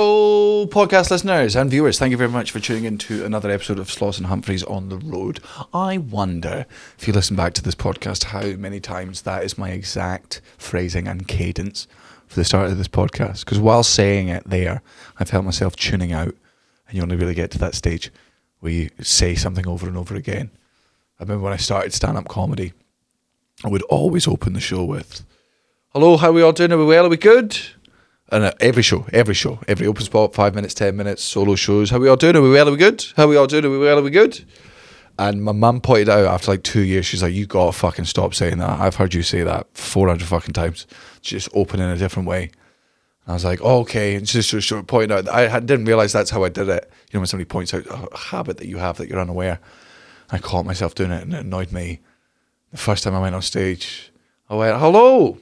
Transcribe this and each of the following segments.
Hello, podcast listeners and viewers. Thank you very much for tuning in to another episode of Sloss and Humphreys on the Road. I wonder, if you listen back to this podcast, how many times that is my exact phrasing and cadence for the start of this podcast. Because while saying it there, I felt myself tuning out, and you only really get to that stage where you say something over and over again. I remember when I started stand up comedy, I would always open the show with, Hello, how we all doing? Are we well? Are we good? And uh, every show, every show, every open spot, five minutes, ten minutes, solo shows. How we all doing? Are we well? Are we good? How we all doing? Are we well? Are we good? And my mum pointed out after like two years, she's like, "You gotta fucking stop saying that. I've heard you say that four hundred fucking times. Just open in a different way." And I was like, oh, "Okay," and she just sort of pointed out. I had- didn't realize that's how I did it. You know, when somebody points out a habit that you have that you're unaware, I caught myself doing it, and it annoyed me. The first time I went on stage, I went, "Hello,"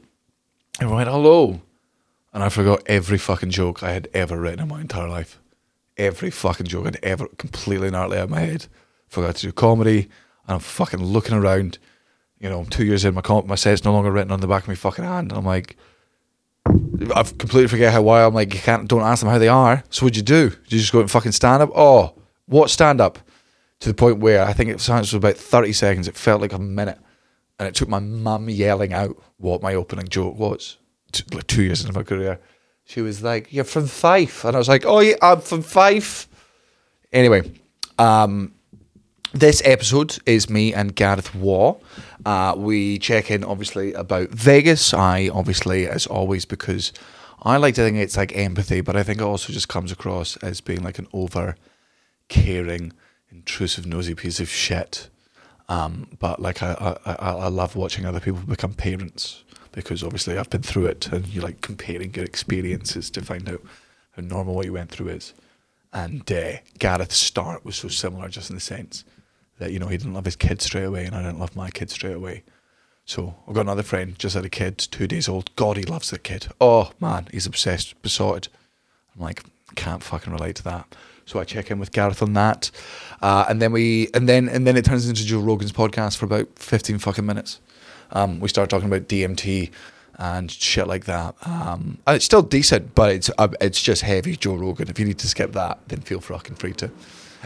and I went, "Hello." and I forgot every fucking joke I had ever written in my entire life. Every fucking joke I'd ever completely and utterly out of my head. Forgot to do comedy, and I'm fucking looking around. You know, I'm two years in, my comp, my set's no longer written on the back of my fucking hand. I'm like, I've completely forget how why I'm like, you can't, don't ask them how they are. So what'd you do? Did you just go out and fucking stand up? Oh, what stand up? To the point where I think it sounds was about 30 seconds, it felt like a minute. And it took my mum yelling out what my opening joke was t- like two years into my career. She was like, You're from Fife. And I was like, Oh, yeah, I'm from Fife. Anyway, um, this episode is me and Gareth Waugh. Uh, we check in, obviously, about Vegas. I, obviously, as always, because I like to think it's like empathy, but I think it also just comes across as being like an over caring, intrusive, nosy piece of shit. Um, but like I, I, I I love watching other people become parents because obviously I've been through it, and you like comparing your experiences to find out how normal what you went through is. And uh, Gareth's start was so similar, just in the sense that you know he didn't love his kid straight away, and I didn't love my kid straight away. So I've got another friend just had a kid, two days old. God, he loves the kid. Oh man, he's obsessed, besotted. I'm like, can't fucking relate to that. So I check in with Gareth on that, uh, and then we, and then and then it turns into Joe Rogan's podcast for about fifteen fucking minutes. Um, we start talking about DMT and shit like that. Um, and it's still decent, but it's uh, it's just heavy Joe Rogan. If you need to skip that, then feel fucking free to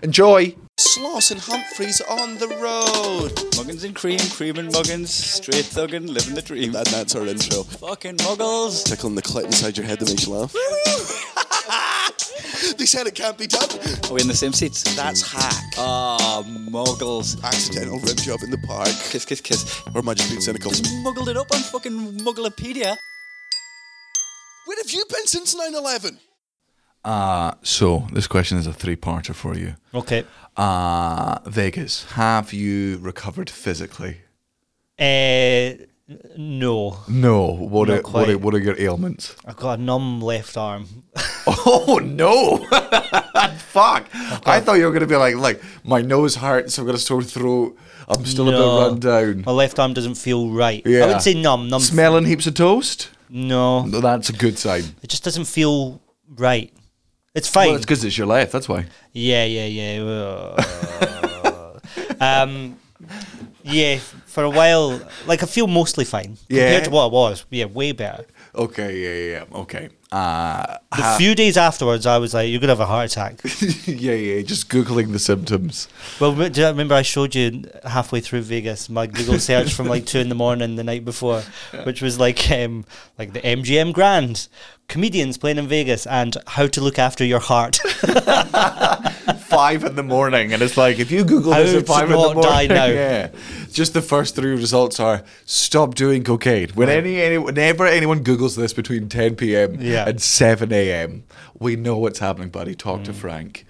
enjoy. Sloss and Humphreys on the road. Muggins and cream, cream and muggins, straight thuggin', living the dream. And that's our intro. Fucking muggles. Tickling the clit inside your head that makes you laugh. they said it can't be done. Are we in the same seats? That's hack. Ah, muggles. Accidental rim job in the park. Kiss, kiss, kiss. Or am I just being cynical? Muggled it up on fucking Mugglepedia. Where have you been since 9 11? Uh, so this question is a three-parter for you. Okay. Uh, Vegas, have you recovered physically? Uh, no, No. What are, what Not are quite. what are your ailments? I've got a numb left arm. Oh no! Fuck! I thought you were gonna be like, like my nose hurts. I've got a sore throat. I'm still No. a bit run My down. left arm doesn't feel right. Yeah. I wouldn't say numb. Numb. Smelling heaps of toast. no, No, that's a good sign. it just doesn't feel right. It's fine. Well, it's because it's your life. That's why. yeah, yeah, yeah. Uh, um, yeah. For a while, like I feel mostly fine Yeah. compared to what it was. Yeah, way better. Okay. Yeah. Yeah. yeah, Okay. Uh, The few days afterwards, I was like, "You're gonna have a heart attack." yeah. Yeah. Just googling the symptoms. Well, re- do you remember I showed you halfway through Vegas my Google search from like two in the morning the night before, which was like um, like the MGM Grand, comedians playing in Vegas, and how to look after your heart, Five in the morning, and it's like if you Google this How at five to in the not die morning, now. yeah. Just the first three results are stop doing cocaine. When any, any whenever anyone Googles this between ten p.m. Yeah. and seven a.m., we know what's happening, buddy. Talk Mm. to Frank.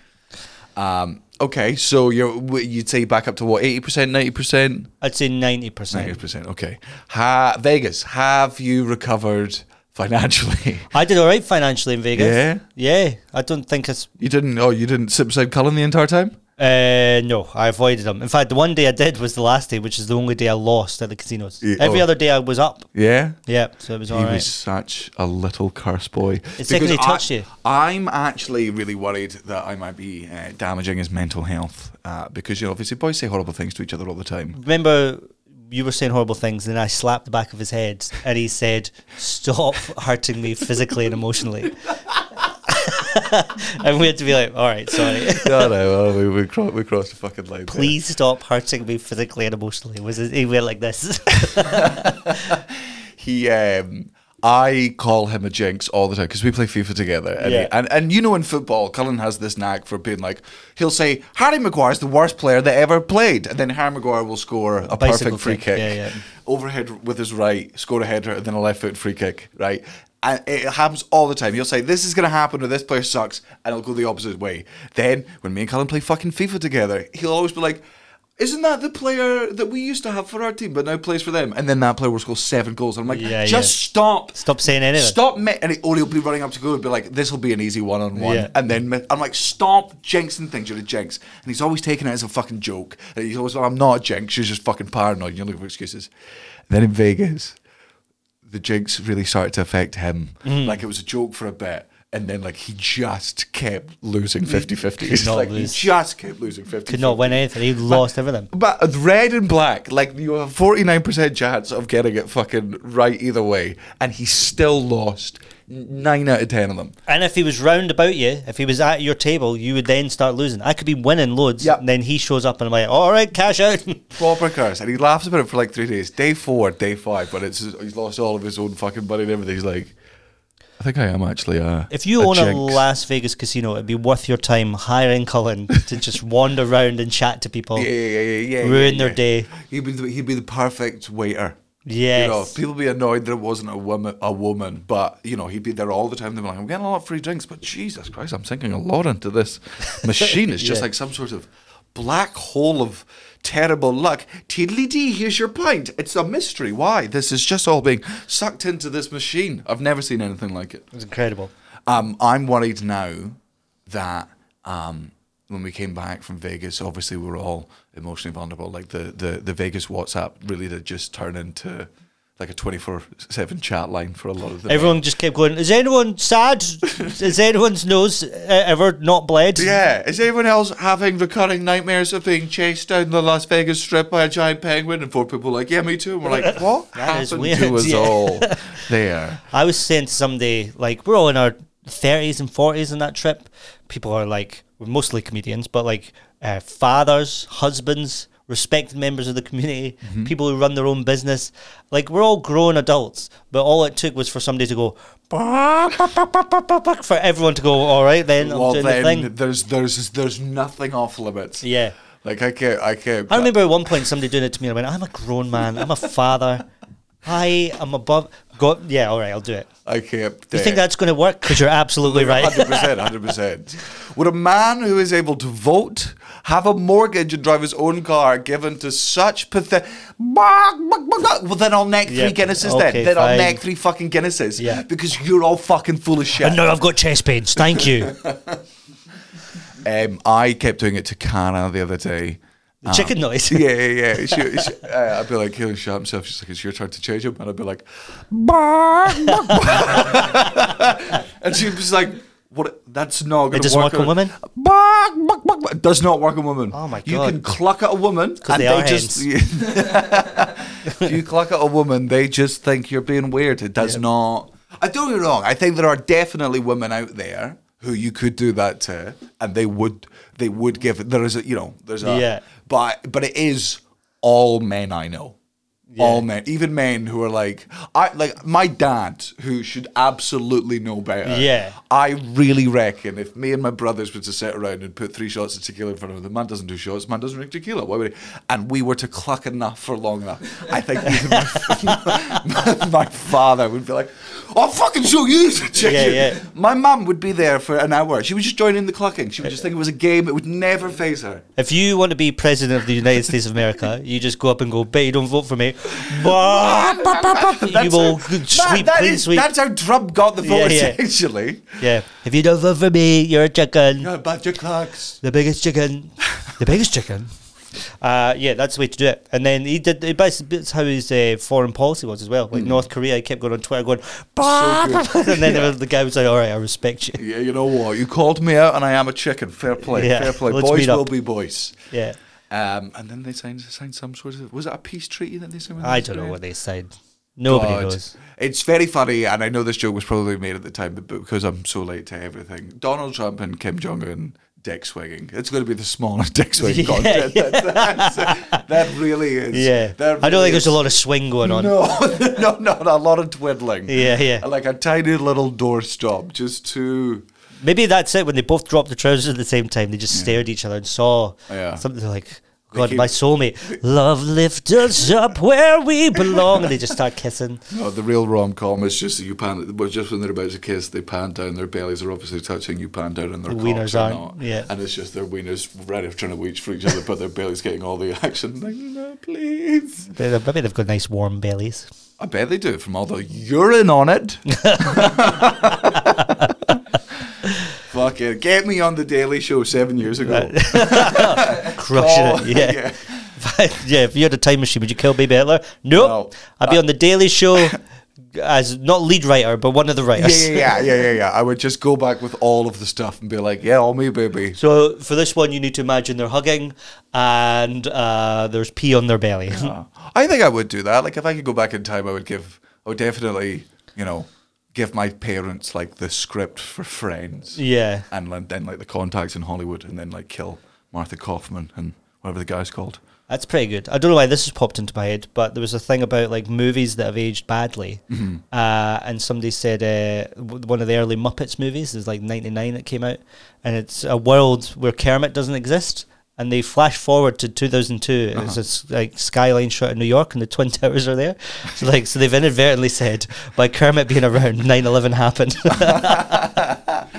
Um, okay, so you're w- you'd say back up to what eighty percent, ninety percent, I'd say ninety ninety percent. percent. Okay, ha- Vegas, have you recovered financially? I did all right financially in Vegas. Yeah? yeah. I don't think it's you didn't? Oh, you didn't sit beside Cullen the entire time? Uh, no, I avoided them. In fact, the one day I did was the last day, which is the only day I lost at the casinos. Yeah, Every oh. other day I was up. Yeah. Yeah, so it was all he right. was such a little curse boy. It's like when Because he touched I, you. I'm actually really worried that I might be uh, damaging his mental health uh, because you know obviously boys say horrible things to each other all the time. remember you were saying horrible things and I slapped the back of his head and he said, Stop hurting me physically and emotionally. and we had to be like, all right, sorry. no, no, well, we, we, cro- we crossed the fucking line. there. Please stop hurting me physically and emotionally. Was it anywhere like this? he um I call him a jinx all the time because we play FIFA together, and, he- Yeah. and and you know in football, Cullen has this knack for being like he'll say Harry Maguire's the worst player that ever played, and then Harry Maguire will score a Bicycle perfect free kick, kick, yeah, yeah. overhead with his right, score a header, and then a left foot free kick, right. And it happens all the time. You'll say this is going to happen, or this player sucks, and it'll go the opposite way. Then when me and Cullen play fucking FIFA together, he'll always be like. Isn't that the player that we used to have for our team, but now plays for them? And then that player will score seven goals. I'm like, Yeah, just yeah. stop. Stop saying anything. Stop. Me- and it, or he'll be running up to go and be like, this will be an easy one on Yeah. one. And then me- I'm like, stop jinxing things. You're a jinx. And he's always taking it as a fucking joke. And he's always like, I'm not a jinx. You're just fucking paranoid. and You're looking for excuses. then in Vegas, the jinx really started to affect him. Mm. Like it was a joke for a bit. And then, like, he just kept losing 50 50. He's not like, lose. he just kept losing 50 Could not win anything. He lost everything. but red and black, like you have forty nine percent chance of getting it fucking right either way, and he still lost nine out of ten of them. And if he was round about you, if he was at your table, you would then start losing. I could be winning loads, Yep. and then he shows up and I'm like, all right, cash out. Proper curse, and he laughs about it for like three days. Day four, day five, but it's he's lost all of his own fucking money and everything. He's like, I think I am actually a. if you a own a jinx." Las Vegas casino, it'd be worth your time hiring Cullen to just wander around and chat to people. yeah, yeah, yeah, yeah, yeah, ruin yeah. their day. He'd be the, he'd be the perfect waiter. Yes. You know, people be annoyed there wasn't a woman, a woman, but you know he'd be there all the time. They'd be like, "I'm getting a lot of free drinks, but Jesus Christ, I'm sinking a lot into this machine. It's just Yeah. like some sort of black hole of terrible luck." Tiddly dee, here's your pint. It's a mystery why this is just all being sucked into this machine. I've never seen anything like it. It's incredible. Um, I'm worried now that um, when we came back from Vegas, obviously we were all emotionally vulnerable. Like the, the, the Vegas WhatsApp really did just turn into like a 24 7 chat line for a lot of them. Everyone just kept going, is anyone sad? is anyone's nose uh, ever not bled? yeah. Is anyone else having recurring nightmares of being chased down the Las Vegas strip by a giant penguin? And four people like, yeah, me too. And we're like, what That is happened weird, to us yeah. all there? I was saying to somebody, like, we're all in our 30s and 40s on that trip. People are like, we're mostly comedians, but like uh, fathers, husbands, respected members of the community, Mm-hmm. people who run their own business. Like, we're all grown adults, but all it took was for somebody to go, for everyone to go, all right, then I'm well, doing then the thing. there's there's there's nothing off limits. Yeah. Like I can't I can't I remember at one point somebody doing it to me, and I went, I'm a grown man, I'm a father. I am above. God, yeah, all right, I'll do it. I can't You think that's going to work? Because you're absolutely right. Hundred percent, hundred percent. Would a man who is able to vote, have a mortgage, and drive his own car given to such pathetic? Well, then I'll neck three Yep, Guinnesses. okay, then, then I'll fine. neck three fucking Guinnesses. Yeah. because you're all fucking full of shit. And now I've got chest pains. Thank you. Um, I kept doing it to Cara the other day. Ah. The chicken noise. Yeah, yeah, yeah. She, she, uh, I'd be like, he'll shot himself. She's like, it's your turn to change him. And I'd be like, bah, bah, bah." and she was like, what? That's not going to doesn't work on women? Bah, bah, bah, bah. It does not work on women. Oh my You God. can cluck at a woman. 'Cause and they are just. if you cluck at a woman, they just think you're being weird. It does not. I don't get me wrong. I think there are definitely women out there who you could do that to, and they would. They would give. There is a, you know, there's a. Yeah. But but it is all men I know. All men, even men who are like, I like my dad, who should absolutely know better. Yeah. I really reckon if me and my brothers were to sit around and put three shots of tequila in front of him, the man doesn't do shots, man doesn't drink tequila. Why would he? And we were to cluck enough for long enough. I think even my, my father would be like, "I'll fucking show you." the chicken." Yeah, yeah. My mum would be there for an hour. She would just join in the clucking. She would just think it was a game. It would never phase her. If you want to be president of the United States of America, you just go up and go, bet you don't vote for me. Bah, bah, bah, bah. you That's will how- sweep, That- that clean is- sweep. That's how Trump got the Yeah, vote, yeah. essentially. Yeah. If you don't vote for me, you're a chicken. Yeah, but your clocks. The biggest chicken. The biggest chicken. Uh, yeah, that's the way to do it. And then he did. He basically, that's how his uh, foreign policy was as well. Like North Korea, he kept going on Twitter, going, bah, bah, bah. and then the guy was like, "All right, I respect you." Yeah, you know what? You called me out, and I am a chicken. Fair play, Yeah, fair play. let's boys meet up. will be boys. Yeah. Um, and then they signed signed some sort of was it a peace treaty that they signed? With I the don't know Israel? what they said. Nobody God. knows. It's very funny, and I know this joke was probably made at the time, but because I'm so late to everything, Donald Trump and Kim Jong Un dick swinging. It's going to be the smallest dick swinging Yeah, contest. That, that's- that really is. Yeah. that I don't really think there's is. a lot of swing going on. No, no, not a lot of twiddling. Yeah, yeah. Like a tiny little doorstop, just two. Maybe that's it. When they both dropped the trousers at the same time, they just stared at each other and saw Yeah. something like, God, keep- my soulmate, love lift us up where we belong. And they just start kissing. No, the real rom com is just that you pan. Well, just when they're about to kiss, they pan down. Their bellies are obviously touching. You pan down, and their The cocks wieners are aren't, not. yeah. and it's just their wieners ready trying to reach for each other, but their bellies getting all the action. Like, no, please. They- Maybe they've got nice warm bellies. I bet they do from all the urine on it. Fuck it. Get me on the Daily Show seven years ago. Crushing Oh, it. Yeah. yeah. yeah, if you had a time machine, would you kill Baby Hitler? Nope. No. Uh, I'd be on The Daily Show as not lead writer, but one of the Yeah, writers. yeah, yeah, yeah, yeah, yeah. I would just go back with all of the stuff and be like, yeah, all me, baby. So for this one, you need to imagine they're hugging and uh, there's pee on their belly. Oh, I think I would do that. Like, if I could go back in time, I would give, I would definitely, you know, give my parents like the script for Friends. yeah. And then- then like the contacts in Hollywood and then like kill Martha Kaufman and whatever the guy's called. That's pretty good. I don't know why this has popped into my head, but there was a thing about like movies that have aged badly, Mm-hmm. uh, and somebody said uh, w- one of the early Muppets movies is like '99 that came out, and it's a world where Kermit doesn't exist, and they flash forward to 2002. and It's Uh-huh. a s- like skyline shot in New York, and the Twin Towers are there. So like, so they've inadvertently said by Kermit being around, 9/11 happened.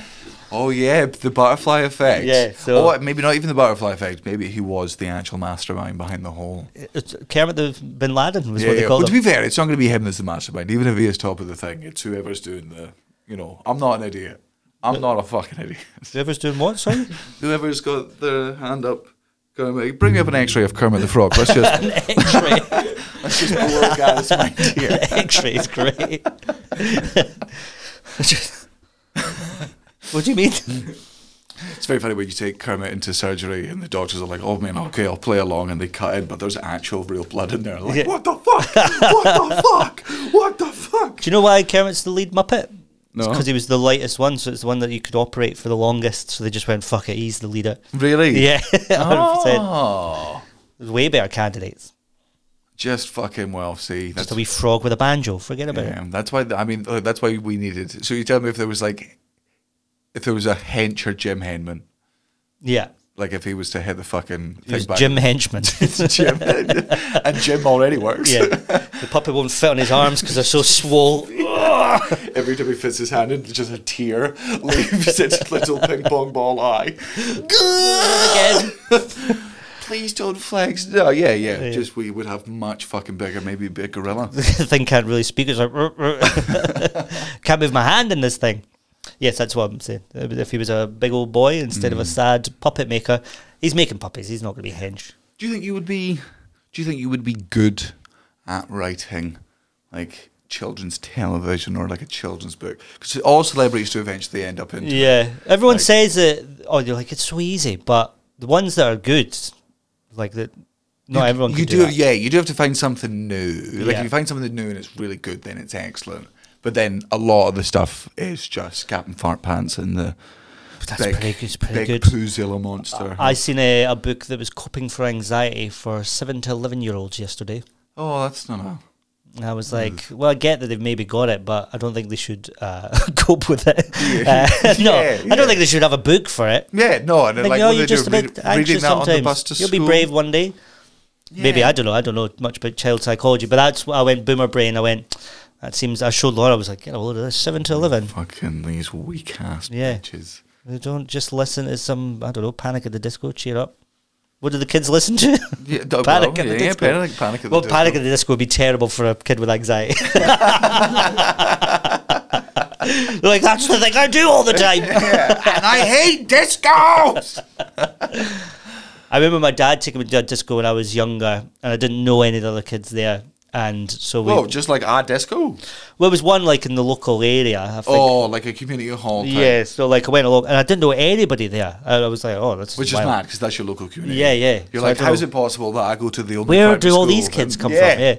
Oh yeah, the butterfly effect. Yeah, so- oh, maybe not even the butterfly effect. Maybe he was the actual mastermind behind the whole. It's Kermit the Bin Laden was Yeah, what they yeah. called But to him. be fair, it's not going to be him that's the mastermind. Even if he is top of the thing, it's whoever's doing the. You know, I'm not an idiot. I'm not a fucking idiot. Whoever's doing what? Sorry. Whoever's got their hand up, Kermit, bring me up an X-ray of Kermit the Frog. Let's just X-ray. let's just blow guys, my dear. X-ray is great. what do you mean? It's very funny when you take Kermit into surgery and the doctors are like, "Oh man, okay, I'll play along," and they cut in, but there's actual real blood in there. Like, Yeah. what the fuck? What the fuck? What the fuck? Do you know why Kermit's the lead Muppet? No. Because he was the lightest one, so it's the one that you could operate for the longest. So they just went, "Fuck it, he's the leader." Really? Yeah, 100%. Oh, There's way better candidates. just fucking well. See, that's Just a wee frog with a banjo. Forget about it. yeah, that's why. I mean, uh, that's why we needed. So you tell me if there was like, if there was a hench or Jim Henman, Yeah, like if he was to hit the fucking he was thing back. Jim Henchman. Jim, and Jim already works. yeah, the puppet won't fit on his arms because they're so swole. Every time he fits his hand in, just a tear leaves its little ping pong ball eye. Again. Please don't flex. No, yeah, yeah, Just we would have much fucking bigger, maybe a big gorilla. the thing can't really speak. It's like "Ruh, ruh." can't move my hand in this thing. Yes, that's what I'm saying. Uh, If he was a big old boy instead of Mm. a sad puppet maker, he's making puppets. He's not going to be hench. Do you think you would be? Do you think you would be good at writing, like children's television or like a children's book? Because all celebrities do eventually end up in. Yeah, everyone says that. Oh, you're like it's so easy, but the ones that are good, like that, not everyone. Can you do, do, that. yeah. You do have to find something new. Like Yeah. if you find something new and it's really good, then it's excellent. But then a lot of the stuff is just Captain Fart Pants and the That's big, pretty good. It's pretty big good. Poozilla monster. I seen a, a book that was coping for anxiety for seven to eleven year olds yesterday. oh, that's not a. And I Mm. was like, well, I get that they've maybe got it, but I don't think they should uh, cope with it. Uh, no, Yeah, I yeah. don't think they should have a book for it. Yeah, no, and Like, like oh, what you're they do, just a read, bit reading anxious that on the sometimes. bus to You'll school. be brave one day. Maybe I don't know. I don't know much about child psychology, but that's what I went boomer brain. I went. That seems. I showed Laura. I was like, get a load of this. Seven to eleven. Fucking these weak ass Yeah. bitches. They Don't just listen to some. I don't know. Panic at the Disco. Cheer up. What do the kids listen to? Yeah, d- Panic well, at the yeah, Disco. Panic, panic at well, the Panic Disco. at the Disco would be terrible for a kid with anxiety. They're like that's the thing I do all the time. Yeah, and I hate discos. I remember my dad taking me to a disco when I was younger, and I didn't know any of the other kids there. And so we, Whoa, Oh, just like our disco. well, it was one like in the local area. I think. Oh, like a community hall. Type, yeah. So like I went along, and I didn't know anybody there. And I was like, oh, that's Which is wild. mad because that's your local community. Yeah, yeah. You're So I like, don't how's know. it possible that I go to the only Where private do all these school kids and- come from? Yeah.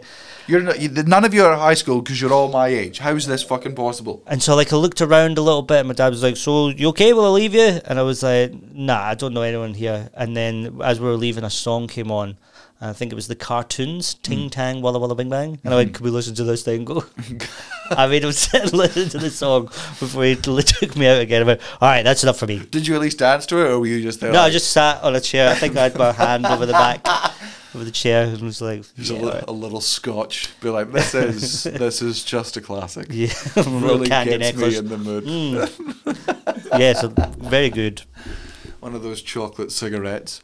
You're not, you, none of you are at high school because you're all my age. How is this fucking possible? And so like I looked around a little bit, and my dad was like, "So you okay? Will I leave you?" And I was like, "Nah, I don't know anyone here." And then as we were leaving, a song came on. And I think it was the cartoons, Hmm. Ting Tang, Walla Walla Bing Bang. And I went, Could we listen to this thing? I made him sit and listen to the song before he t- took me out again. I went, All right, that's enough for me. Did you at least dance to it, or were you just there? No, I like, just sat on a chair. I think I had my hand over the back of the chair and was like, just yeah, a, little, a little scotch. Be like, this is this is just a classic. yeah, Really candy gets me necklace. Mm. in the mood. yeah, so very good. One of those chocolate cigarettes.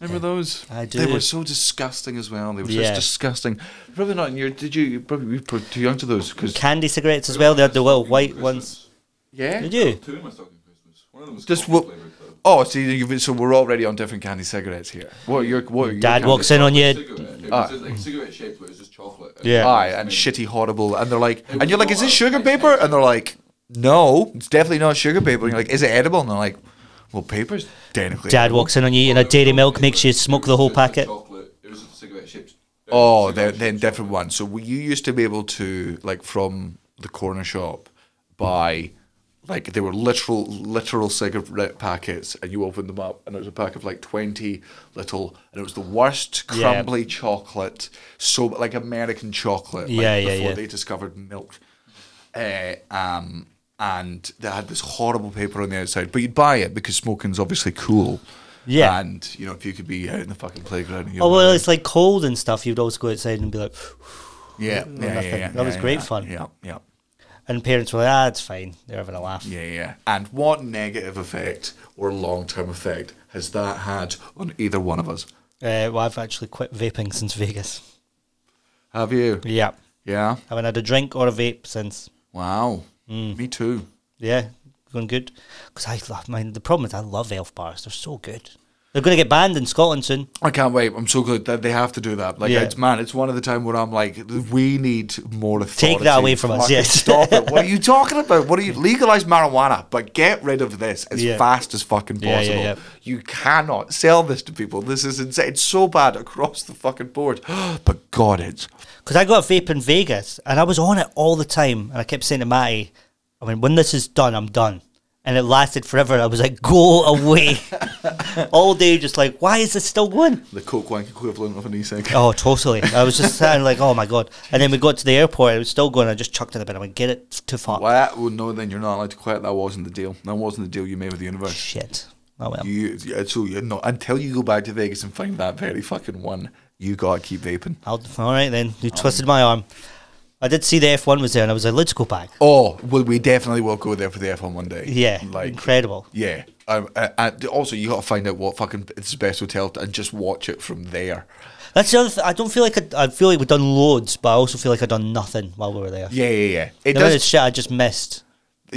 Remember those? I They do. were so disgusting as well. They were Yeah. just disgusting. Probably not in your. Did you? you Probably you were too young to those. Cause Candy cigarettes as well. They had the little white ones. yeah. Did you? Two of my stocking Christmas. One of them was Just coffee wo- flavoured, though. Oh, so, you've, so we're already on different candy cigarettes here. What are your what are your Dad candy- walks in on you. Cigarette. It Ah. was just, like cigarette shaped, but it was just chocolate. Yeah. Aye, and shitty, horrible, and they're like, and was you're like, is not this a- sugar paper? And they're like, no, it's definitely not sugar paper. And you're like, is it edible? And they're like, well, paper's technically. Dad edible." walks in on you, and a Dairy Milk makes you smoke the whole packet. It was just cigarette shaped. Oh, they're, then different ones. So we- you used to be able to like from the corner shop buy like they were literal literal cigarette packets, and you opened them up, and it was a pack of like twenty little, and it was the worst Yeah. crumbly chocolate, so like American chocolate. like, Yeah, yeah, Before yeah. they discovered milk, uh, um, and they had this horrible paper on the outside, but you'd buy it because smoking's obviously cool. Yeah. and you know if you could be out in the fucking playground. and you're Oh not well, there. it's like cold and stuff. You'd always go outside and be like, Yeah, yeah, yeah, nothing. yeah, That was yeah, great yeah, fun. Yeah, yeah, and parents were like, ah, it's fine. They're having a laugh. yeah, yeah. And what negative effect or long-term effect has that had on either one of us? Uh, well, I've actually quit vaping since Vegas. Have you? Yeah, Yeah. I haven't had a drink or a vape since. Wow. Hmm. Me too. Yeah, going good. Because I love mine. The problem is I love elf bars. They're so good. They're going to get banned in Scotland soon. I can't wait. I'm so glad that they have to do that. Like, Yeah. it's man, it's one of the time where I'm like, we need more authority. Take that away from us, Fucking yes. Stop it. What are you talking about? What are you legalize marijuana, but get rid of this as Yeah. fast as fucking Yeah, yeah, possible. yeah. You cannot sell this to people. This is insane. It's so bad across the fucking board. but God, it's Because I got a vape in Vegas and I was on it all the time. And I kept saying to Matty, I mean, when this is done, I'm done. And it lasted forever. I was like, go away. all day, just like, why is this still going? the coke wank equivalent of an e-cig. Oh, totally. I was just sitting like, oh my God. And then we got to the airport, it was still going. I just chucked it in the bin. I went, get it to fuck. Well, that, well, no, then you're not allowed to quit. That wasn't the deal. That wasn't the deal you made with the universe. Shit. Oh, well. You, yeah, so you're not until you go back to Vegas and find that very fucking one. You gotta keep vaping. I'll, all right, then. Oh. You twisted my arm. I did see the F1 was there and I was like, let's go back. Oh, well, we definitely will go there for the F1 one day. Yeah. like incredible. yeah. Um, uh, and also, you gotta find out what fucking it's the best hotel and just watch it from there. That's the other thing. I don't feel like I, I feel like we've done loads, but I also feel like I've done nothing while we were there. Yeah, yeah, yeah. It the amount of does shit I just missed.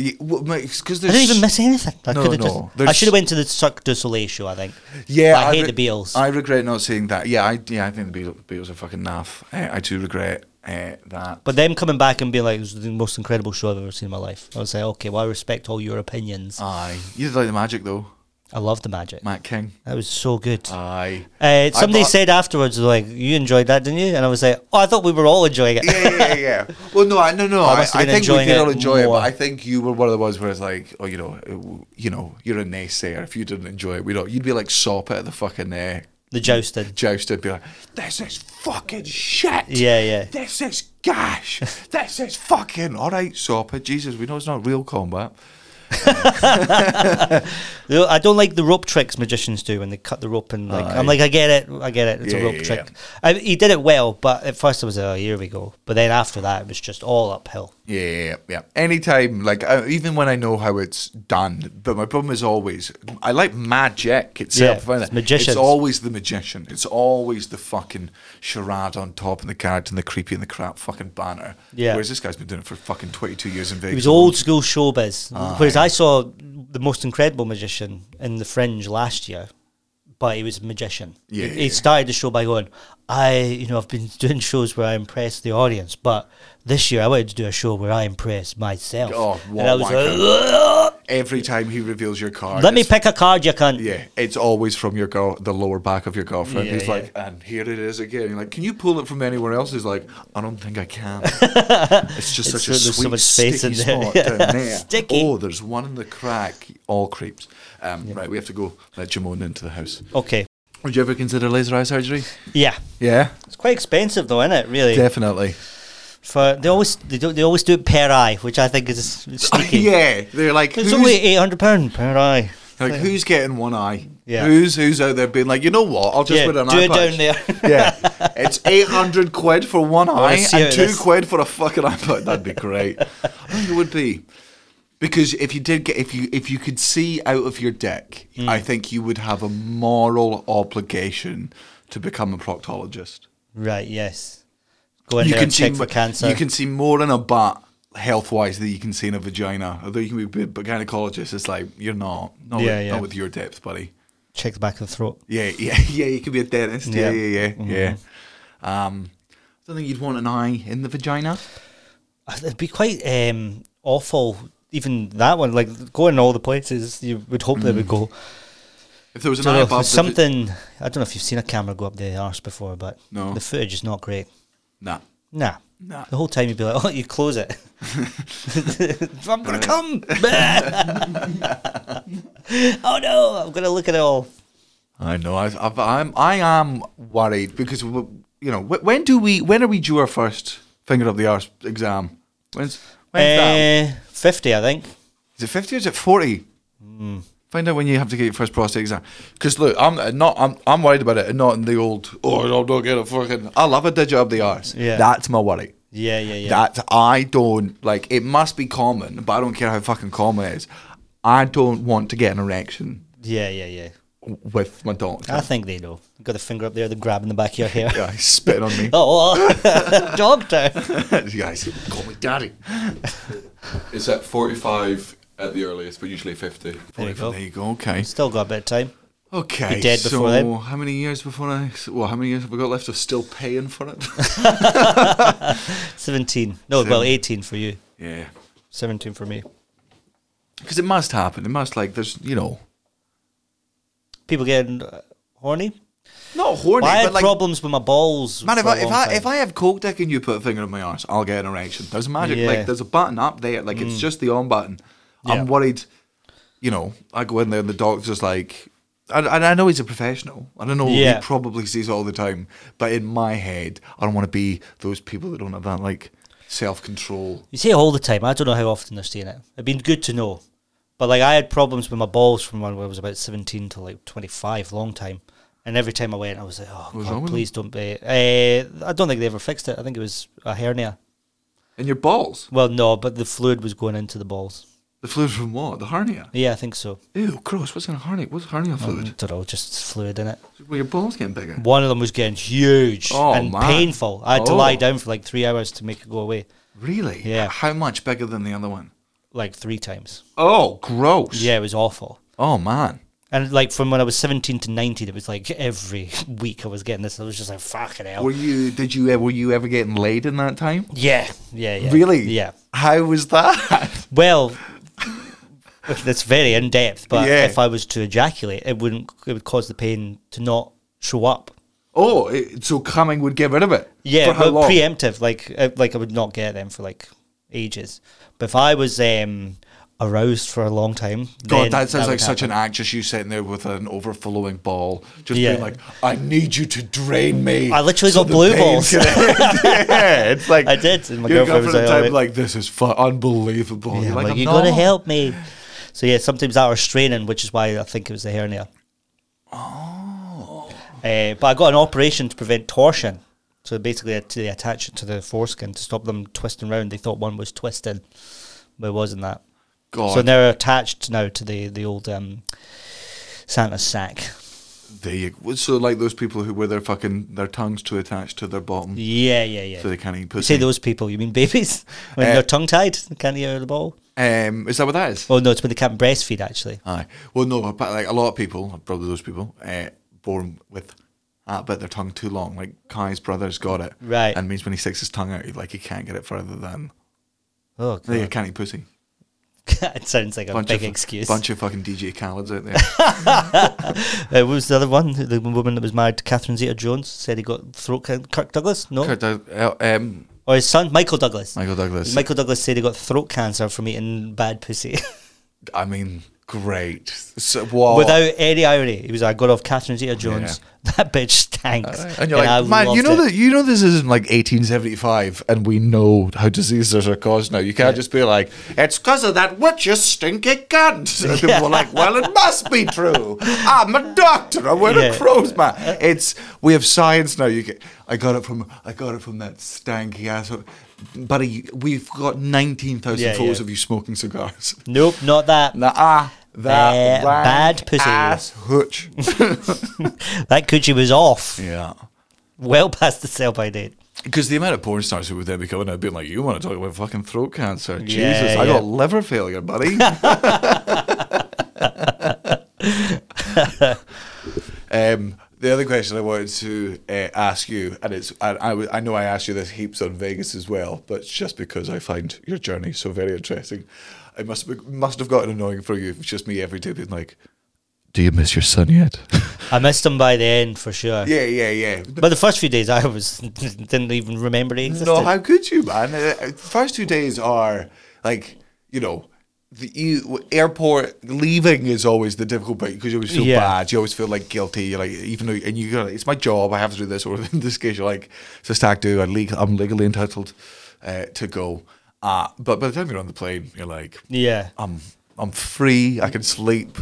because I there's didn't even miss anything. I No, could have no, just. I there's- should have went to the Cirque du Soleil show. I think. Yeah, But I, hate re- the Beatles. I regret not seeing that. Yeah, I yeah, I think the Beatles, Beatles are fucking naff. Uh, I do regret uh, that. but them coming back and being like, "It was the most incredible show I've ever seen in my life." I was like, "Okay, well, I respect all your opinions. Aye, you did like the magic though, I love the magic. Matt King. that was so good." Aye. uh, somebody thought- said afterwards, like, "You enjoyed that, didn't you?" And I was like, "Oh, I thought we were all enjoying it." yeah, yeah, yeah. Well, no, I, no, no. I I, I must have been think we enjoying did all it enjoy it, more. but I think you were one of the ones where it's like, oh, you know, it w- you know, you're a naysayer. If you didn't enjoy it, we don't. You'd be like sop at the fucking uh, The jousting. joust and be like, this is fucking shit. Yeah, yeah. This is gash. this is fucking all right, sop it. Jesus, we know it's not real combat. You know, I don't like the rope tricks magicians do when they cut the rope and like I'm Aye. like I get it, I get it. It's a Yeah, rope yeah, trick. yeah. I, he did it well, but at first I was like, oh, here we go. But then after that, it was just all uphill. Yeah, yeah, yeah. Anytime, like uh, even when I know how it's done, but my problem is always I like magic itself. Yeah, I find it's that- magicians. It's always the magician. It's always the fucking charade on top and the character and the creepy and the crap fucking banner. Yeah. Whereas this guy's been doing it for fucking twenty two years in Vegas. It was old school showbiz. Whereas I saw the most incredible magician in the Fringe last year, but he was a magician. Yeah, he, yeah, he yeah. started the show by going, "I, you know, I've been doing shows where I impress the audience, but this year I wanted to do a show where I impress myself." Oh, what and I was wanker. like, every time he reveals your card. Let me it's- pick a card, you cunt. Yeah, it's always from your girl, the lower back of your girlfriend. Yeah, He's yeah. like, and here it is again. You're like, can you pull it from anywhere else? He's like, I don't think I can. it's just It's such a sweet, so- there's so much space sticky in there. spot down there. Sticky. Oh, there's one in the crack. All creeps. Um, Right, we have to go. Let Jamon into the house. Okay. Would you ever consider laser eye surgery? Yeah. Yeah, It's quite expensive though, isn't it? Really. definitely. For they always they do they always do it per eye, which I think is sneaky. Oh, yeah, they're like, It's who's, only eight hundred pound per eye. like who's getting one eye? Yeah. Who's who's out there being like, you know what? I'll just Yeah, put an do eye it patch." down there. yeah, it's eight hundred quid for one wanna eye see and how two this- quid for a fucking eye patch. That'd be great. I think it would be because if you did get if you if you could see out of your dick, Mm. I think you would have a moral obligation to become a proctologist. Right. Yes. Go in you there can and check see for mo- cancer. You can see more in a butt health wise than you can see in a vagina. Although you can be a bit- but gynecologist, it's like you're not. Not, Yeah, with, yeah. not with your depth, buddy. check the back of the throat. Yeah, yeah, yeah. You could be a dentist. Yeah, Yeah. Mm-hmm. yeah, yeah, yeah. Um, I don't think you'd want an eye in the vagina. Uh, It'd be quite um, awful. Even that one, like going all the places you would hope they would go. If there was an Don't Mm. eye know, above there's the va- something. I don't know if you've seen a camera go up the arse before, but No. the footage is not great. nah. Nah. Nah. The whole time you'd be like, oh, you close it. I'm going to come. oh, no. I'm going to look at it all. I know. I, I've, I'm. I am worried because w- you know wh- when do we? When are we due our first finger up the arse exam? When's when's that? Uh, 50, I think. Is it 50 or is it 40? Hmm. Find out when you have to get your first prostate exam. Because look, I'm uh, not. I'm, I'm worried about it, and not in the old. Oh, I'll not get a fucking. I love a digit up the arse. Yeah. that's my worry. Yeah, yeah, yeah. That I don't like. It must be common, but I don't care how fucking common it is. I don't want to get an erection Yeah, yeah, yeah. w- with my doctor. I think they know. Got a finger up there, they're grabbing the back of your hair. Yeah, he's spitting on me. Oh, doctor. you guys call me daddy. It's at 45 at the earliest, but usually 50. There you go. There you go. Okay. Still got a bit of time. Okay. Be dead so before then. how many years before I? Well, how many years have we got left of still paying for it? 17. No, well, 18 for you, yeah. 17 for me. Because it must happen. It must like there's you know People getting uh, horny? not horny, Well, I but had like problems with my balls. man, if for a I if long I time. if I have coke dick and you put a finger in my arse, I'll get an erection. There's a magic Yeah. Mm. like there's a button up there, like it's just the on button. Yeah. I'm worried. You know, I go in there and the doctor's just like. And and I know he's a professional. I don't know. Yeah. He probably sees all the time. But in my head, I don't want to be those people that don't have that like self control. You see it all the time. I don't know how often they're seeing it. It'd been good to know. But like I had problems with my balls from when I was about seventeen to like twenty five, long time. And every time I went, I was like, "Oh, was wrong God, with please don't be." Uh, I don't think they ever fixed it. I think it was a hernia. And your balls, Well, no, but the fluid was going into the balls. the fluid from what? The hernia. Yeah, I think so. Ew, gross. What's in a hernia? What's hernia fluid? I don't know, just fluid in it. Well, your balls getting bigger. One of them was getting huge Oh, and man. painful. I had to lie Oh. down for like three hours to make it go away, Really? Yeah. How much bigger than the other one? like three times. Oh, gross. Yeah, it was awful. Oh man. And like from when I was 17 to 19, it was like every week I was getting this. I was just like, fucking hell. Were you? Did you? Were you ever getting laid in that time? yeah, yeah, yeah. Really? Yeah. How was that? Well, that's very in depth, but Yeah. if I was to ejaculate, it wouldn't, it would cause the pain to not show up. Oh, it, so coming would get rid of it. Yeah, For how but long? preemptive, like, uh, like I would not get them for like ages. But if I was um, aroused for a long time, God, then that sounds would like such happen. an act. Just you sitting there with an overflowing ball, just Yeah. being like, "I need you to drain me." I literally got the blue pain balls. can end." yeah, it's like I did, and my your girlfriend was at the like, time "Alright." like, "This is fu- unbelievable." Yeah, You're like, "I'm you gotta not." help me. So yeah, sometimes that was straining, which is why I think it was the hernia. Oh. but I got an operation to prevent torsion. So basically, to they attach it to the foreskin to stop them twisting round. They thought one was twisting, but it wasn't that. God, So they're attached now to the the old um, Santa's sack. there you go. So like those people who wear their fucking their tongues too attached to their bottom, Yeah, yeah, yeah. so they can't eat you pussy. say those people? You mean babies when Uh, they're tongue tied? They can't hear the ball. Um, is that what that is? Oh no, it's when they can't breastfeed. Actually, Aye. Well, no, but like a lot of people, probably those people, uh, born with that bit of their tongue too long. Like Kai's brother's got it, Right. And means when he sticks his tongue out, he, like he can't get it further than oh they God. can't eat pussy. it sounds like a of, big excuse. Bunch of fucking DJ Khalids out there. Uh, what was the other one? The woman that was married, Catherine Zeta Jones, said he got throat can- Kirk Douglas? No. Kurt Doug- uh, um, Or his son, Michael Douglas. Michael Douglas. Michael Douglas said he got throat cancer from eating bad pussy. I mean, great. So, wow. Without any irony. He was like, I got off Catherine Zeta Jones. That bitch stinks. Uh, and you're I like, man, you loved know it." that you know this isn't like 1875, and we know how diseases are caused now. You can't just be like, it's because of that witch, you stinky cunt. And people are like, well, it must be true. I'm a doctor. I wear Yeah. a crow's man. It's we have science now. You get, I got it from I got it from that stanky ass. Buddy, we've got 19,000 Yeah, photos yeah. of you smoking cigars. Nope, not that. Nah, that Uh, bad pussy. ass hooch. That coochie was off. yeah. Well past the sell by date. Because the amount of porn stars who would then be coming out being like, "You want to talk about fucking throat cancer? Yeah, Jesus, I yeah. got liver failure, buddy." um, the other question I wanted to uh, ask you, and it's I, I, w- I know I asked you this heaps on Vegas as well, but it's just because I find your journey so very interesting. It must have, been- must have gotten annoying for you. if It's just me every day being like, "Do you miss your son yet?" I missed him by the end for sure. yeah, yeah, yeah. But the first few days I was didn't even remember he existed. No, how could you, man? Uh, uh, First two days are like you know, the you, airport leaving is always the difficult bit because you always feel Yeah. bad. You always feel like guilty. You're like even though, and you go, like, it's my job. I have to do this. Or in this case, you're like, it's a stag do. I legal, I'm legally entitled uh, to go. Uh, but by the time you're on the plane, you're like, Yeah. I'm I'm free. I can sleep.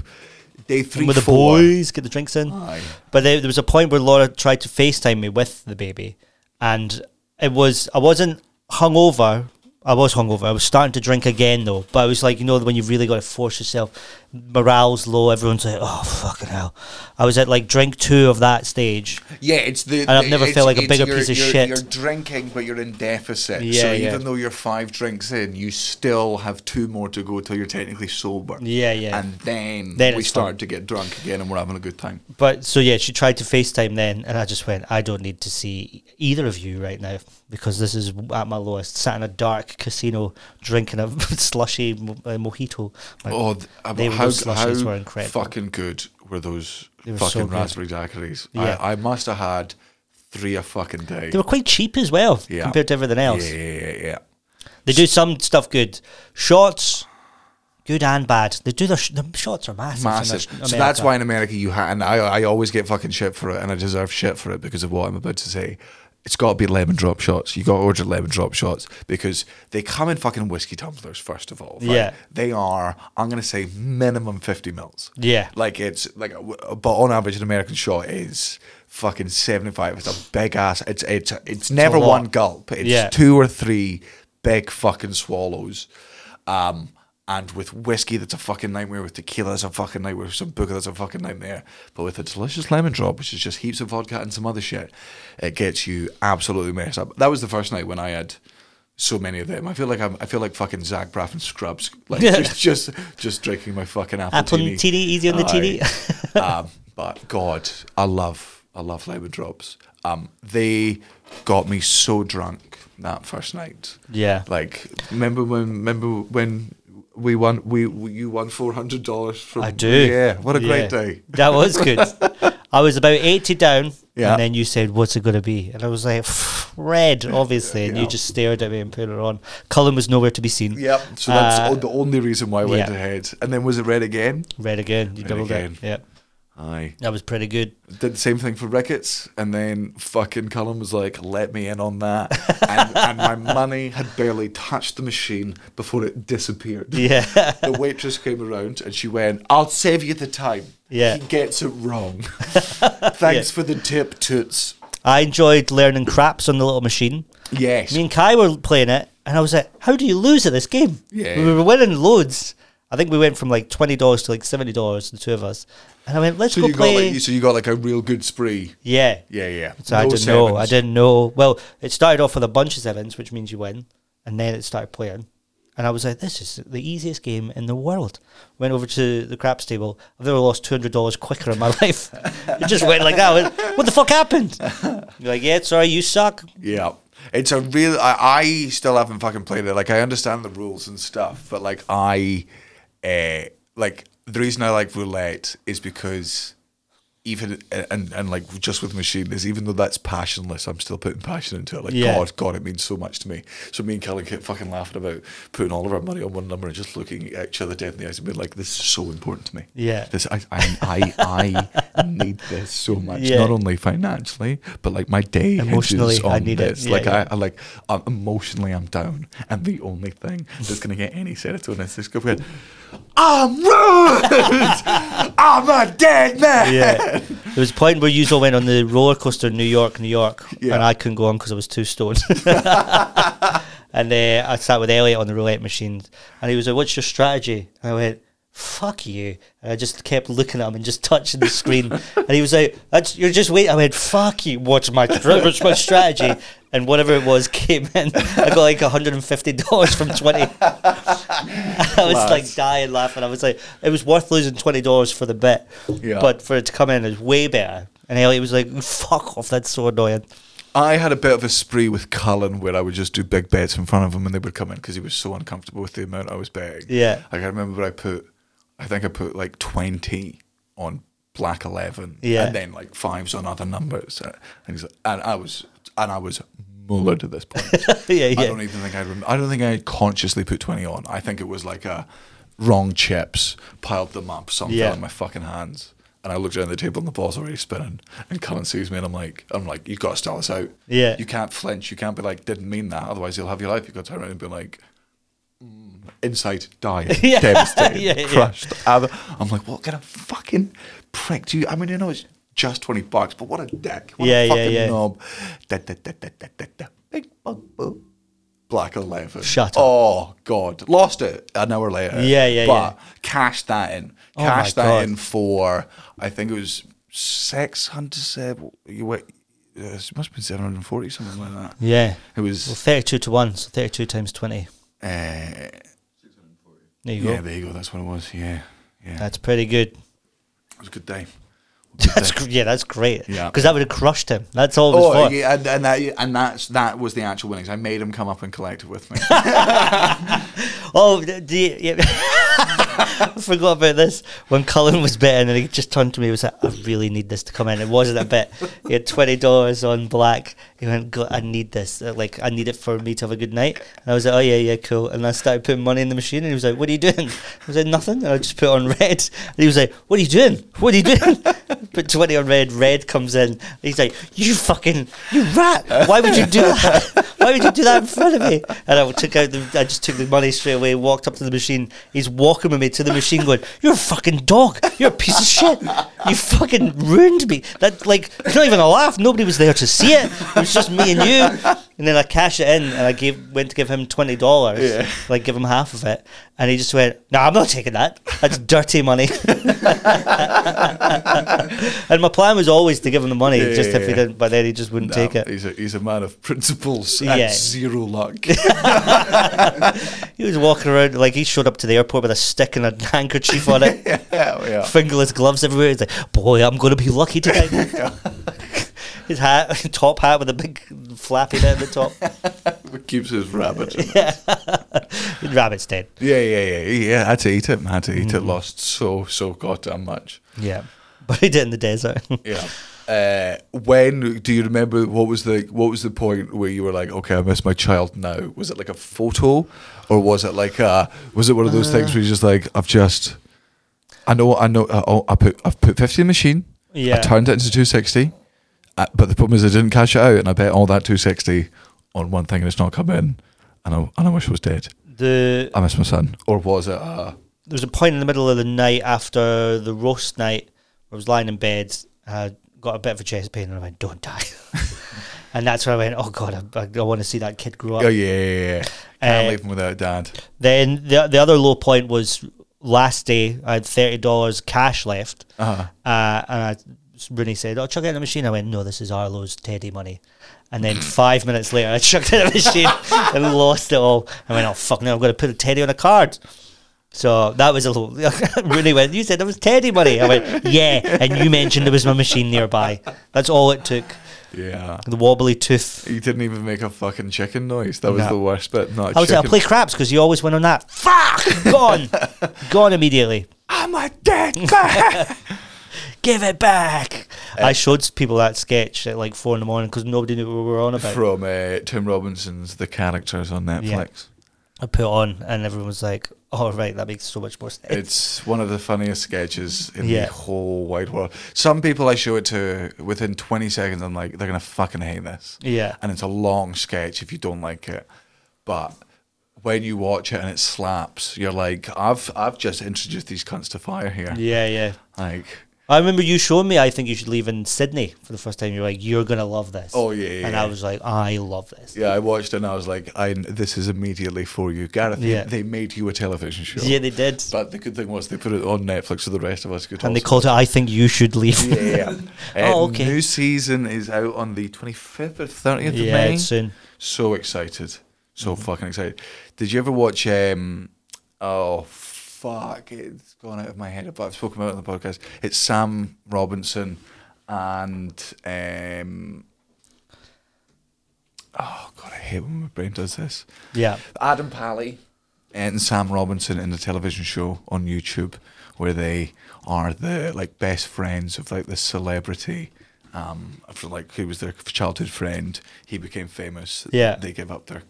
Day three, And with the four. boys, get the drinks in. Aye. But there, there was a point where Laura tried to FaceTime me with the baby, and it was I wasn't hungover. I was hungover. I was starting to drink again though, but I was like, you know, when you really got to force yourself, morale's low. Everyone's like, oh fucking hell. I was at like drink two of that stage. Yeah, it's the. And I've never it's- felt like a it's bigger your- piece of your- shit. You're drinking, but you're in deficit. Yeah, so yeah. even though you're five drinks in, you still have two more to go till you're technically sober. Yeah, yeah. And then, Then we it's start fun. to get drunk again, and we're having a good time. But so yeah, she tried to FaceTime then, and I just went, I don't need to see either of you right now because this is at my lowest. Sat in a dark casino drinking a slushy mo- uh, mojito. Like, Oh, th- uh, they were- how, those slushies how were incredible. fucking good were those They were so fucking good. raspberry daiquiris? Yeah. I, I must have had three a fucking day. They were quite cheap as well Yeah. compared to everything yeah, else. yeah, yeah, yeah. They do some stuff good. Shots, good and bad. They do their sh- the shots are massive. in massive. Amer- So that's America. why in America you had, and I, I always get fucking shit for it, and I deserve shit for it because of what I'm about to say. It's got to be lemon drop shots. You got to order lemon drop shots because they come in fucking whiskey tumblers first of all. right? Yeah. they are. I'm gonna say minimum fifty mils. Yeah. like it's like, a- but on average, an American shot is fucking seventy five. It's a big ass. It's it's it's never lot. one gulp. It's Yeah. two or three big fucking swallows. Um, and with whiskey, that's a fucking nightmare. With tequila, that's a fucking nightmare. With some buka, that's a fucking nightmare. But with a delicious lemon drop, which is just heaps of vodka and some other shit, it gets you absolutely messed up. That was the first night when I had so many of them. I feel like I'm. I feel like fucking Zach Braff and Scrubs, like just, just just drinking my fucking apple, Apple teeny. teeny, easy on the teeny. Aye. um, but God, I love I love lemon drops. Um, they got me so drunk that first night. Yeah. Like, remember when? Remember when we won? We we- you won four hundred dollars from. I do. Yeah. What a Yeah. great day. That was good. I was about 80 down, Yeah. and then you said, What's it going to be? And I was like, Red, obviously. And you Yeah. just stared at me and put it on. Cullen was nowhere to be seen. Yep. So that's Uh, o- the only reason why I went yeah. ahead. And then was it red again? Red again. You Red doubled again. it. Yep. Aye. That was pretty good. Did the same thing for Ricketts, and then fucking Cullen was like, "Let me in on that," and, and my money had barely touched the machine before it disappeared. Yeah. the waitress came around and she went, I'll save you the time. Yeah. He gets it wrong. Thanks Yeah. for the tip, Toots. I enjoyed learning craps on the little machine. Yes. Me and Kai were playing it, and I was like, How do you lose at this game? Yeah. We were winning loads. I think we went from like $20 to like $70, the two of us. And I went, Let's so go you got play. like you- so you got like a real good spree. yeah. Yeah, yeah. So I No didn't know. I sevens. didn't know. Well, it started off with a bunch of sevens, which means you win, and then it started playing. And I was like, "This is the easiest game in the world." Went over to the craps table. I've never lost two hundred dollars quicker in my life. it just went like that. I went, what the fuck happened? You're like, "Yeah, sorry, you suck." Yeah. It's a real. I, I still haven't fucking played it. Like I understand the rules and stuff, but like I, uh, like the reason I like roulette is because even and and like just with machine is even though that's passionless, I'm still putting passion into it. Like Yeah. God, God, it means so much to me. So me and Kelly kept fucking laughing about putting all of our money on one number and just looking at each other dead in the eyes and being like, "This is so important to me. Yeah. this I I I, I need this so much. Yeah. Not only financially, but like my day Emotionally, hinges on I need it. this. Yeah, like yeah. I, I like um, emotionally, I'm down, and the only thing that's gonna get any serotonin is just go ahead. I'm ruined. I'm a dead man. Yeah. there was a point where you all went on the roller coaster in New York, New York, Yeah. and I couldn't go on because I was too stoned. and uh, I sat with Elliot on the roulette machine, and he was like, "What's your strategy?" And I went, "Fuck you!" And I just kept looking at him and just touching the screen, and he was like, That's, "You're just waiting." I went, "Fuck you! What's my what's my strategy?" And whatever it was came in. I got like $150 from 20. I was like dying laughing. I was like, it was worth losing twenty dollars for the bet, Yeah. but for it to come in is way better. And Elliot was like, "Fuck off, that's so annoying." I had a bit of a spree with Cullen where I would just do big bets in front of him and they would come in because he was so uncomfortable with the amount I was betting. Yeah. Like I remember I put, I think I put like 20 on Black 11 Yeah. and then like fives on other numbers. Uh, And, he's like, and I was, and I was mullered at this point. yeah, yeah, I don't e-, even think I. Rem- I don't think I consciously put twenty on. I think it was like a wrong chips piled them up. Some Yeah. fell in my fucking hands, and I looked around the table and the ball's already spinning. And Cullen sees me, and I'm like, I'm like, you've got to stall us out. Yeah. you can't flinch. You can't be like, didn't mean that. Otherwise, you'll have your life. You've got to turn around and be like. "Mm, Inside, died, Yeah. devastated, Yeah, yeah. crushed. I'm I'm like, what kind of fucking prick do you? I mean, I know it's just twenty bucks, but what a dick! What Yeah, a yeah, fucking yeah. knob. Da, da, da, da, da, da, da. Big bug boo. Black Eleven. Shut up. Oh God, lost it an hour later. Yeah, yeah, Oh But cashed that in. my Cashed that God. in for I think it was six hundred seven. You wait, uh, it must have been seven hundred and forty something like that. yeah. It Well, was. thirty-two to one, so thirty-two times twenty. Uh, yeah, There you go. there you go. That's what it was. Yeah, yeah. That's pretty good. it was a good day. Good That's day. gr- yeah, that's great. Yeah. because that would have crushed him. That's all it was Oh, for. yeah, and, and that and that's that was the actual winnings. I made him come up and collect it with me. Oh, d- do you, yeah. I forgot about this. When Cullen was betting and he just turned to me and was like, I really need this to come in. It wasn't a bet. He had $20 on black. He went, "God, I need this. Uh, Like, I need it for me to have a good night. And I was like, oh, yeah, yeah, cool. And I started putting money in the machine and he was like, what are you doing? I was like, nothing. And I just put on red. And he was like, what are you doing? What are you doing? Put 20 on red. Red comes in. And he's like, you fucking, you rat. Why would you do that? Why would you do that in front of me? And I took out the, I just took the money straight away, walked up to the machine. He's walking with me to the machine, going, "You're a fucking dog. You're a piece of shit. You fucking ruined me." That like, it's not even a laugh. Nobody was there to see it. It was just me and you. And then I cashed it in, and I gave went to give him twenty dollars, like give him half of it, and he just went, "No, I'm not taking that. That's dirty money." and my plan was always to give him the money, Yeah, just yeah, if he yeah. didn't. But then he just wouldn't take No, it. um, He's a, he's a man of principles Yeah. and zero luck. He was walking around like he showed up to the airport with a stick and a handkerchief on it, yeah, yeah. fingerless gloves everywhere. He's like, "Boy, I'm gonna be lucky today." His hat, top hat with a big flappy bit at the top. Keeps his rabbit. in it. Rabbit's dead. Yeah, yeah, yeah, yeah. I had to eat it. I had to eat it. Lost so so goddamn much. Yeah, buried it in the desert. Yeah. Uh, when do you remember what was the what was the point where you were like, okay, I miss my child now? Was it like a photo, or was it like a was it one of those things where you're just like, I've just, I know, I know, uh, oh, I put I've put fifty in the machine. Yeah. I turned it into two sixty, uh, but the problem is I didn't cash it out, and I bet all that two sixty on one thing, and it's not come in, and I and I wish I was dead. the I miss my son. Or was it? Uh, there was a point in the middle of the night after the roast night where I was lying in bed, I got a bit of a chest pain, and I went, "Don't die." and that's when I went, "Oh God, I, I want to see that kid grow up." oh yeah, yeah, yeah. Can't Uh, leave him without dad. Then the the other low point was last day. I had thirty dollars cash left, uh and I, Rooney said, "Oh, chuck it in the machine." I went, "No, this is Arlo's Teddy money." And then five minutes later, I chucked it in the machine and lost it all. I went, "Oh fuck! Now I'm going to put a Teddy on a card." So that was a little. Rooney went, "You said there was Teddy money." I went, "Yeah," and you mentioned there was my machine nearby. That's all it took. Yeah. The wobbly tooth. He didn't even make a fucking chicken noise. That was No. the worst bit. Not I would say I chicken. play craps because you always win on that. Fuck! Gone! Gone immediately. I'm a dead man. Give it back! I showed people that sketch at like four in the morning because nobody knew what we were on about. From uh, Tim Robinson's The Characters on Netflix. I put it on and everyone was like, oh, right, that makes so much more sense. It's one of the funniest sketches in Yeah. the whole wide world. Some people I show it to within 20 seconds, I'm like, they're going to fucking hate this. Yeah. And it's a long sketch if you don't like it. But when you watch it and it slaps, you're like, I've I've just introduced these cunts to fire here. yeah, yeah. Like, I remember you showing me. I think you should leave in Sydney for the first time. You're like, you're gonna love this. Oh, yeah, yeah, And yeah. I was like, I love this. Yeah, yeah, I watched it and I was like, I this is immediately for you. Gareth, Yeah. they made you a television show. they did. But the good thing was they put it on Netflix so the rest of us could and they also- called it. I think you should leave. Yeah. Uh, Oh, okay. New season is out on the 25th or 30th Yeah, of May. it's soon. Mm-hmm. So excited. So fucking excited. Did you ever watch. Um, oh, fuck. It's gone out of my head, but I've spoken about it on the podcast. It's Sam Robinson and. Um, oh, God, I hate when my brain does this. Yeah. Adam Pally and Sam Robinson in a television show on YouTube where they are the like best friends of like this celebrity. Um, from like who was their childhood friend, he became famous. Yeah. they give up their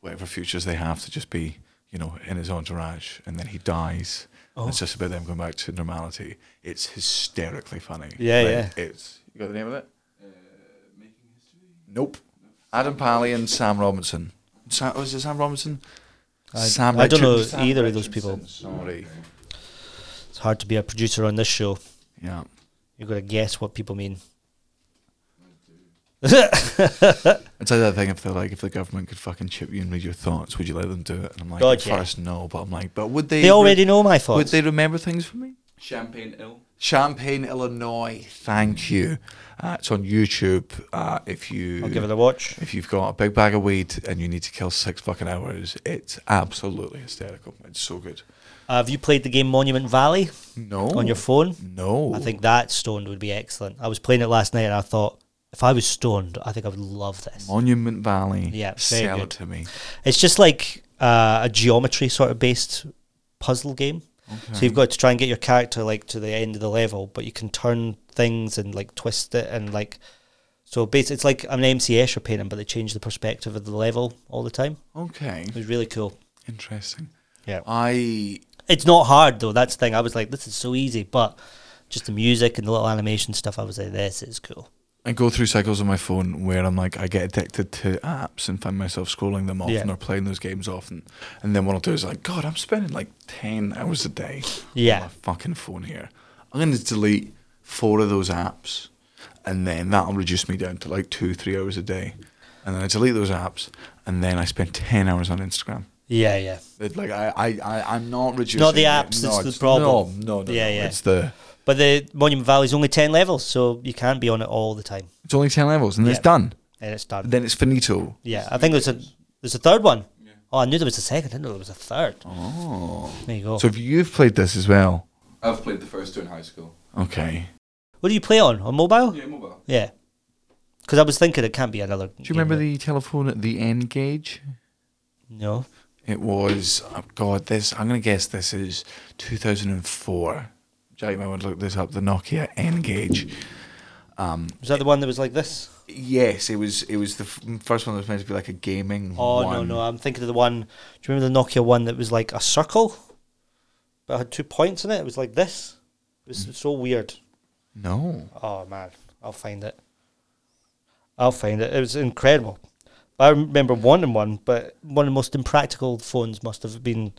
whatever futures they have to just be, you know, in his entourage, and then he dies. Oh. And It's just about them going back to normality. It's hysterically funny. Yeah, Like, yeah. It's you got the name of it? Nope. Adam Pally and Sam Robinson. Sam, was it Sam Robinson? I- I don't know either of those Richardson, Sorry. It's hard to be a producer on this show. Yeah. You're gonna guess what people mean. It's like that thing if they're like, if the government could fucking chip you and read your thoughts, would you let them do it? And I'm like, God, at yeah. first no, but I'm like, but would they? They already know my Would thoughts. they remember things for me? Champagne ill. Champaign, Illinois. Thank you. Uh, it's on YouTube. Uh, if you I'll give it a watch. if you've got a big bag of weed and you need to kill six fucking hours, it's absolutely hysterical. It's so good. have you played the game Monument Valley No. on your phone? No. I think that stoned would be excellent. I was playing it last night and I thought, if I was stoned, I think I would love this. Monument Valley. Yeah, very sell it good. to me. It's just like uh, a geometry sort of based puzzle game. So you've got to try and get your character like to the end of the level, but you can turn things and like twist it and like. So basically, it's like an MC Escher painting, but they change the perspective of the level all the time. Okay, It was really cool. interesting. Yeah, I it's not hard though. That's the thing. I was like, this is so easy, but just the music and the little animation stuff. I was like, this is cool. I go through cycles on my phone where I'm like I get addicted to apps and find myself scrolling them often Yeah. or playing those games often, and then what I'll do is like God, I'm spending like ten hours a day on Yeah. my fucking phone here. I'm going to delete four of those apps, and then that'll reduce me down to like two, three hours a day, and then I delete those apps, and then I spend ten hours on Instagram. Yeah, yeah. It, like I, I, I, I'm not reducing. the it. apps, No, it's the problem. No, no, no. Yeah, no, yeah. It's the. But the Monument Valley's only ten levels, so you can't be on it all the time, It's only ten levels, and it's Yeah. done. and it's done. Then it's finito. Yeah, I think there's a there's a third one. Oh, I knew there was a second. I didn't know there was a third. Oh, there you go. So if you've played this as well, I've played the first two in high school. okay. what do you play on on mobile? Yeah, mobile. Yeah, because I was thinking it can't be another. Do you remember the telephone at the end gauge? No. It was oh God. This I'm gonna guess this is 2004. Jack, you might want to look this up. The Nokia N gauge. Was that the one that was like this? Yes, it was. It was the f- first one that was meant to be like a gaming. Oh one. no, no, I'm thinking of the one. Do you remember the Nokia one that was like a circle, but had two points in it? It was like this. It was so weird. no. Oh man, I'll find it. I'll find it. It was incredible. I remember wanting one, but one of the most impractical phones must have been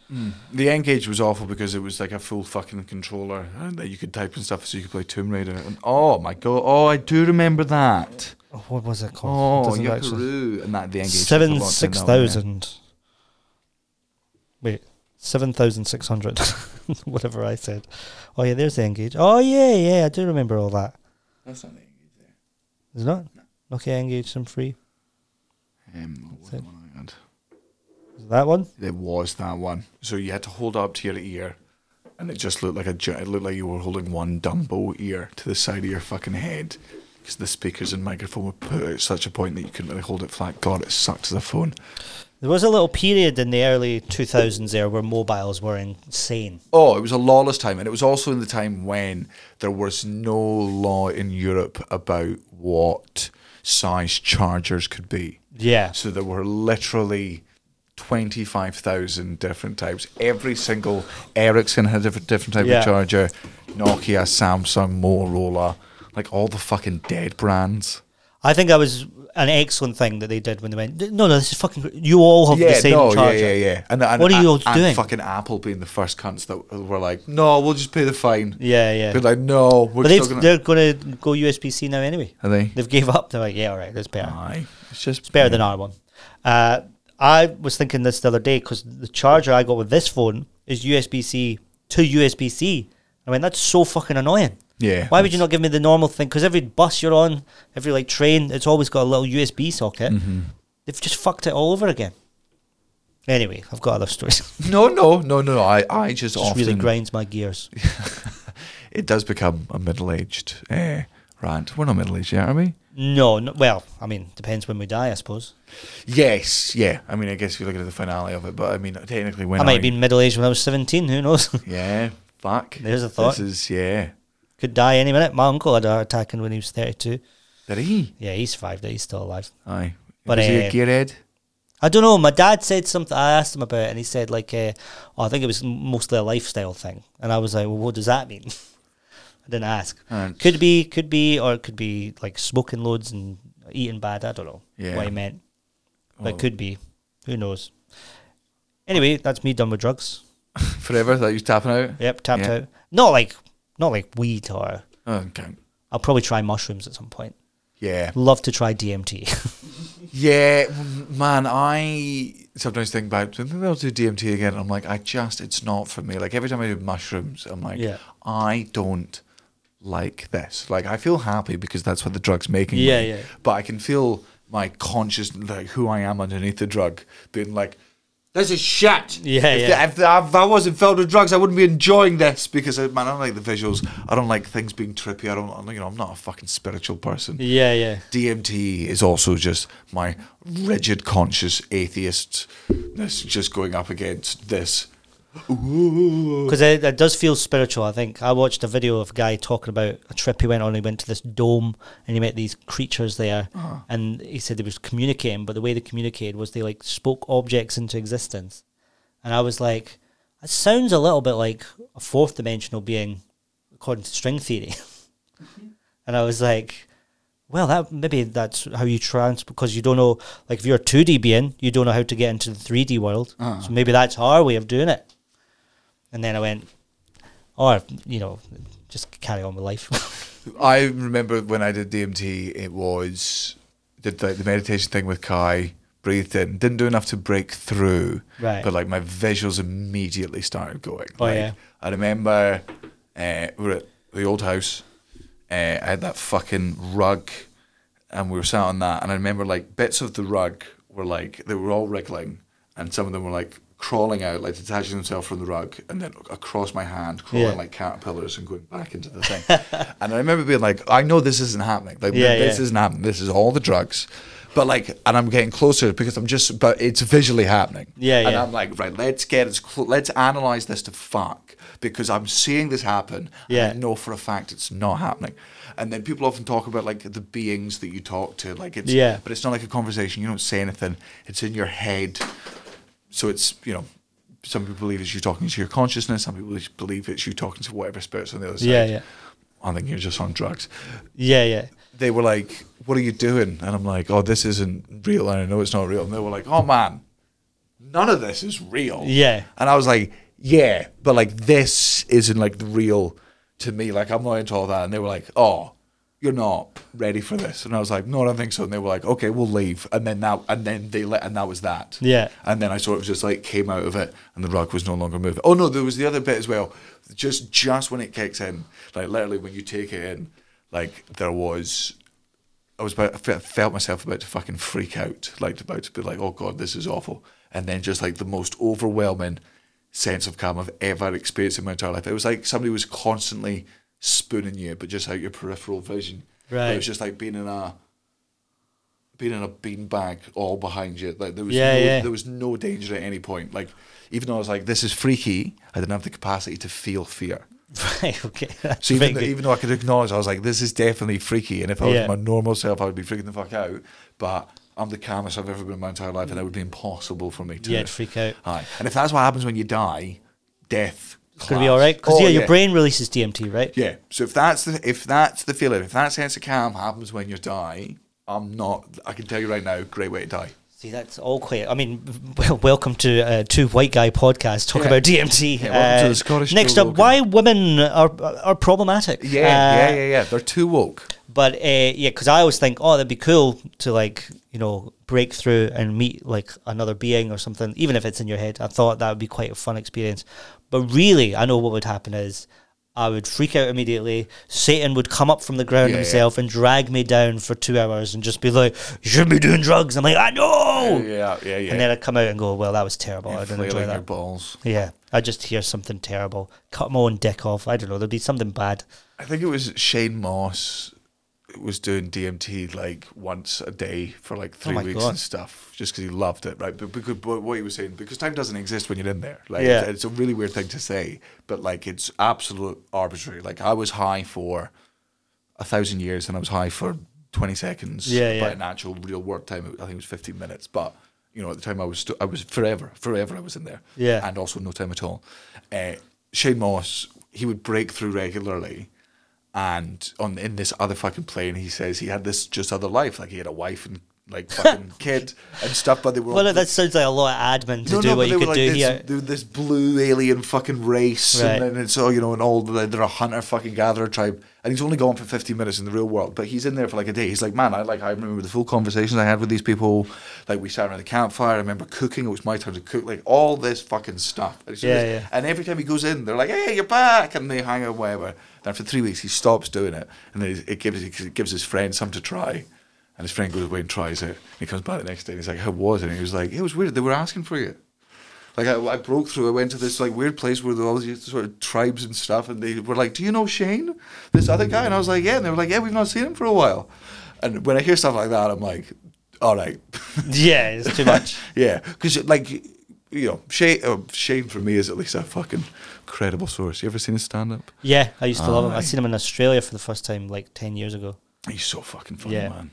The N gauge was awful because it was like a full fucking controller and that you could type and stuff, so you could play Tomb Raider. And oh my God! Oh, I do remember that. Oh, what was it called? Oh, Doesn't actually- Yahoo! And that the N gauge. was a lot seven to six know, yeah. thousand. Wait, seven thousand six hundred. Whatever I said. Oh yeah, there's the engage. Oh yeah, yeah, I do remember all that. That's not the English there. Is it not? Okay, engage some free. Um, what was the it. one I had? Is it that one? It was that one. So you had to hold up to your ear, and it just looked like a. gi- It looked like you were holding one dumbo ear to the side of your fucking head. 'Cause because the speakers and microphone were put at such a point that you couldn't really hold it flat. God, it sucked as a phone. There was a little period in the early 2000s there where mobiles were insane. Oh, it was a lawless time, and it was also in the time when there was no law in Europe about what size chargers could be. Yeah. So there were literally 25,000 different types. Every single Ericsson had a different, different type Yeah. of charger. Nokia, Samsung, Motorola, like all the fucking dead brands. I think that was an excellent thing that they did when they went, no, no, this is fucking, gr- you all have the same charger. yeah, yeah, yeah. And, and, What are you and- all and doing? fucking Apple being the first cunts that were like, no, we'll just pay the fine. Yeah, yeah. They're like, no, we're But still they've, going they're going to go USB C now anyway. Are they? Ah, They've gave up. They're like, yeah, all right, that's better. Aye. It's just It's better than our one. Uh, I was thinking this the other day because the charger I got with this phone is USB C to USB C. I mean, that's so fucking annoying. Yeah, Why would you not give me the normal thing? Because every bus you're on, every like train, it's always got a little USB socket. Mm-hmm. They've just fucked it all over again. Anyway, I've got other stories. It No, no, no, no. I, I just, just often really grinds my gears. it does become a middle-aged uh, rant. We're not middle-aged yet, are we? No, no, well, I mean, depends when we die, I suppose. Yes, yeah. I mean, I guess if you look at the finale of it, but I mean, technically, when I might have be been middle aged when I was 17, who knows? yeah, fuck. There's a thought. This is yeah. Could die any minute. My uncle had a heart attack when he was 32. Did he? Yeah, he's five days, he's still alive. Aye. But, was he a uh, gearhead? I don't know. My dad said something. I asked him about it, and he said like, uh, oh, "I think it was mostly a lifestyle thing." And I was like, "Well, what does that mean?" I didn't ask. Alright. Could be, could be, or it could be like smoking loads and eating bad. I don't know Yeah. what he meant, but could be. Who knows? Anyway, that's me done with drugs. Forever that you was tapping out. Yep, tapped Yeah. out. Not like, not like weed or. Oh, okay. I'll probably try mushrooms at some point. Yeah, Love to try DMT. yeah, m- man. I sometimes think back. Maybe I'll do DMT again. I'm like, I just, it's not for me. Like every time I do mushrooms, I'm like, Yeah. I don't like this. Like I feel happy because that's what the drug's making. me, Yeah, yeah. But I can feel my conscious, like who I am underneath the drug, being like, "This is shit." Yeah, if yeah. if, if I wasn't filled with drugs, I wouldn't be enjoying this because I, man, I don't like the visuals. I don't like things being trippy. I don't, I'm, you know, I'm not a fucking spiritual person. yeah, yeah. DMT is also just my rigid conscious atheistness just going up against this. Ooh. Because it, it does feel spiritual, I think. I watched a video of a guy talking about a trip he went on. He went to this dome and he met these creatures there. And he said they was communicating, but the way they communicated was they like spoke objects into existence. And I was like, that sounds a little bit like a fourth dimensional being, according to string theory. and I was like, well, that maybe that's how you trans because you don't know, like, if you're a 2D being, you don't know how to get into the 3D world. So maybe that's our way of doing it. And then I went, or, you know, just carry on with life. I remember when I did DMT, it was did like the meditation thing with Kai, breathed in, didn't do enough to break through, Right. but like my visuals immediately started going. Oh, like, yeah. I remember uh, we were at the old house. Uh, I had that fucking rug, and we were sat on that. And I remember like bits of the rug were like they were all wriggling, and some of them were like crawling out, like detaching themselves from the rug, and then across my hand, crawling Yeah. like caterpillars and going back into the thing. and I remember being like, I know this isn't happening. Like Yeah, this yeah. isn't happening. This is all the drugs. But like, and I'm getting closer because I'm just, but it's visually happening. Yeah, And yeah. I'm like, right, let's get as clo- let's analyze this to fuck because I'm seeing this happen. Yeah. And I know for a fact it's not happening. And then people often talk about like the beings that you talk to, like it's, Yeah. but it's not like a conversation. You don't say anything. It's in your head. So it's you know, some people believe it's you talking to your consciousness. Some people believe it's you talking to whatever spirits on the other side. Yeah, yeah. I think you're just on drugs yeah, yeah. they were like, "What are you doing?" And I'm like, "Oh, this isn't real, and I know it's not real." And they were like, "Oh man, none of this is real." Yeah. And I was like, "Yeah, but like this isn't like the real to me. Like I'm not into all that." And they were like, "Oh, you're not ready for this." And I was like, "No, I don't think so." And they were like, "Okay, we'll leave." And then that, and then they let, and that was that. Yeah. And then I sort of just like came out of it, and the rug was no longer moving. Oh no, there was the other bit as well. Just just when it kicks in, like literally when you take it in, like there was, I was about I fe- felt myself about to fucking freak out, like about to be like, oh god, this is awful. And then just like the most overwhelming sense of calm I've ever experienced in my entire life. It was like somebody was constantly spooning you, but just out your peripheral vision. It Right. was just like being in a being in a beanbag all behind you. Like there was Yeah, no, yeah. there was no danger at any point. Like even though I was like, this is freaky, I didn't have the capacity to feel fear. Right. Okay. That's So very even, good. though, even though I could acknowledge, I was like, this is definitely freaky. And if I was Yeah. my normal self, I would be freaking the fuck out. But I'm the calmest I've ever been in my entire life, and it would be impossible for me to. Yeah, to freak out. Aye. And if that's what happens when you die, death. It's gonna be all right because Oh, yeah, your brain releases DMT, right? Yeah. So if that's the if that's the feeling, if that sense of calm happens when you die, I'm not. I can tell you right now, great way to die. See, that's all quite. I mean, well, welcome to uh, two white guy podcast talk Yeah. about DMT. Yeah, welcome to the Scottish Uh, Next Joe up, why women are are problematic. Yeah, Uh, yeah, yeah, yeah. They're too woke. But uh, yeah, because I always think, oh, that'd be cool to like you know break through and meet like another being or something, even if it's in your head. I thought that would be quite a fun experience. But really, I know what would happen is. I would freak out immediately. Satan would come up from the ground Yeah, yeah. himself and drag me down for two hours and just be like, "You shouldn't be doing drugs." I'm like, "I know." yeah, yeah, yeah. And then I come out and go, well, that was terrible. I didn't enjoy flailing your that. balls. Yeah, I just hear something terrible. Cut my own dick off. I don't know. There'd be something bad. I think it was Shane Moss was doing DMT like once a day for like three Oh my weeks God. and stuff, just because he loved it, right? But because but what he was saying, because time doesn't exist when you're in there. Like, Yeah. it's, it's a really weird thing to say, but like it's absolute arbitrary. Like I was high for a thousand years, and I was high for twenty seconds. Yeah, but yeah. in actual real work time, it, I think it was fifteen minutes, but. You know, at the time I was, st- I was forever, forever I was in there Yeah. and also no time at all. Uh, Shane Moss, he would break through regularly, and on in this other fucking plane, he says he had this just other life, like he had a wife and like fucking kid and stuff, but they were all- Well, that sounds like a lot of admin to do but what they you were could like do this, here. they were this blue alien fucking race, Right. and then it's all you know, and all the, they're a hunter fucking gatherer tribe, and he's only gone for fifteen minutes in the real world, but he's in there for like a day. He's like, man, I like I remember the full conversations I had with these people, like we sat around the campfire. I remember cooking; it was my turn to cook, like all this fucking stuff. And, it's Yeah, just- yeah. and every time he goes in, they're like, hey, you're back, and they hang out whatever. And after three weeks, he stops doing it, and then it gives it gives his friend some to try. And his friend goes away and tries it. And he comes back the next day and he's like, How was it? And he was like, It was weird. They were asking for you. Like I, I broke through. I went to this like weird place where there were all these sort of tribes and stuff, and they were like, "Do you know Shane, this other guy?" And I was like, "Yeah." And they were like, "Yeah, we've not seen him for a while." And when I hear stuff like that, I'm like, "All right, Yeah, it's too much. yeah," because like you know, Shane, oh, Shane for me is at least a fucking credible source. You ever seen his stand up? yeah, I used to love him. I Aye. seen him in Australia for the first time like 10 years ago. He's so fucking funny, Yeah. man.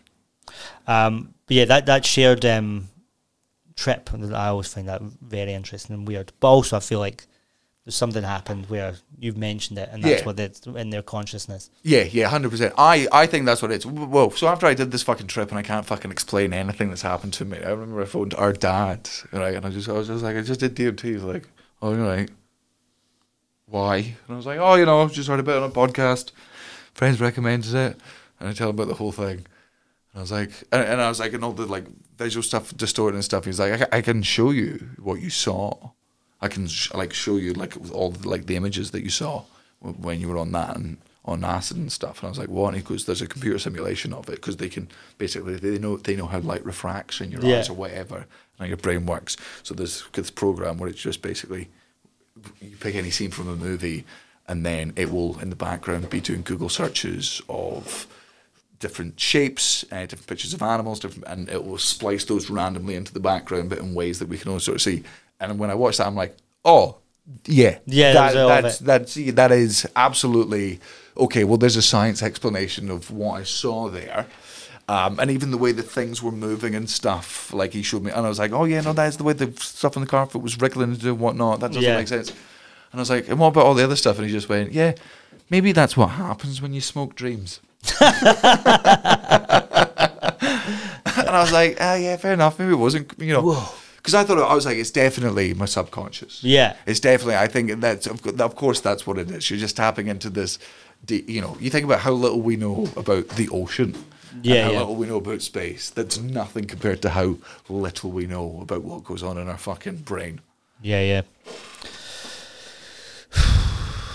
Um, but yeah, that, that shared um, trip, I always find that very interesting and weird. But also, I feel like there's something happened where you've mentioned it and that's Yeah. what it's in their consciousness. Yeah, yeah, hundred percent. I I think that's what it is. Whoa! So after I did this fucking trip, and I can't fucking explain anything that's happened to me. I remember I phoned our dad, right, and I just I was just like, I just did DMT. He's like, oh, you're right. Why? And I was like, oh, you know, just heard about it on a podcast. Friends recommended it, and I tell him about the whole thing. And I was like, and, and I was like, and all the like visual stuff distorted and stuff. He's like, I, ca- I can show you what you saw. I can sh- like show you like with all the, like the images that you saw w- when you were on that and on acid and stuff. And I was like, what? And he goes, there's a computer simulation of it because they can basically they know they know how light refracts in your Yeah. eyes or whatever and how your brain works. So there's this program where it's just basically you pick any scene from a movie and then it will in the background be doing google searches of different shapes uh, different pictures of animals different, and it will splice those randomly into the background but in ways that we can only sort of see and when i watch that i'm like oh yeah Yeah, that that, was all of that's it. that's that is absolutely okay well there's a science explanation of what i saw there um, and even the way the things were moving and stuff, like he showed me, and I was like, "Oh yeah, no, that's the way the stuff on the carpet was wriggling and doing whatnot. That doesn't Yeah. make sense." sense. And I was like, and what about all the other stuff? And he just went, yeah, maybe that's what happens when you smoke dreams. and I was like, ah, yeah, fair enough. Maybe it wasn't, you know. Because I thought, I was like, it's definitely my subconscious. Yeah. It's definitely, I think that's, of, co- of course, that's what it is. You're just tapping into this, de- you know, you think about how little we know about the ocean. and Yeah, how yeah. little we know about space. That's nothing compared to how little we know about what goes on in our fucking brain. Yeah, yeah.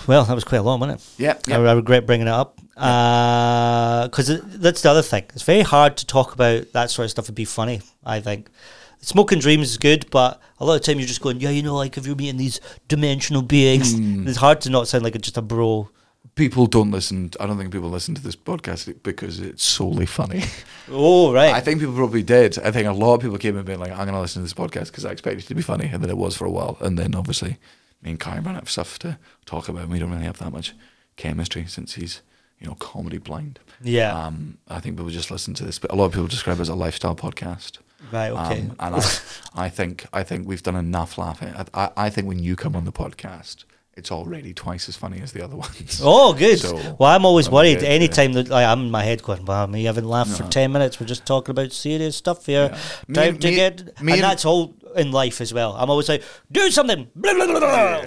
Well, that was quite long, wasn't it? Yep, I, yep. I regret bringing it up because that's the other thing. It's very hard to talk about that sort of stuff and be funny. I think smoking dreams is good, but a lot of time you're just going, yeah, you know, like if you're meeting these dimensional beings, it's hard to not sound like a, just a bro people don't listen. I don't think people listen to this podcast because it's solely funny. Oh right. I think people probably did. I think a lot of people came and been like, "I'm going to listen to this podcast because I expect it to be funny," and then it was for a while. And then obviously, me and Karen have stuff to talk about. and We don't really have that much chemistry since he's, you know, comedy blind. Yeah. Um, I think people just listen to this, but a lot of people describe it as a lifestyle podcast. Right, okay. Um, and I, I think I think we've done enough laughing. I, I, I think when you come on the podcast, it's already twice as funny as the other ones. Oh, good. So, well, I'm always I'm worried. good, Any yeah. time that like, I'm in my head going, "Wow, me, I haven't laughed for ten minutes. We're just talking about serious stuff here. Me- Time to me- get." me and and- that's all in life as well. I'm always like, "Do something." Blah, blah, blah, blah.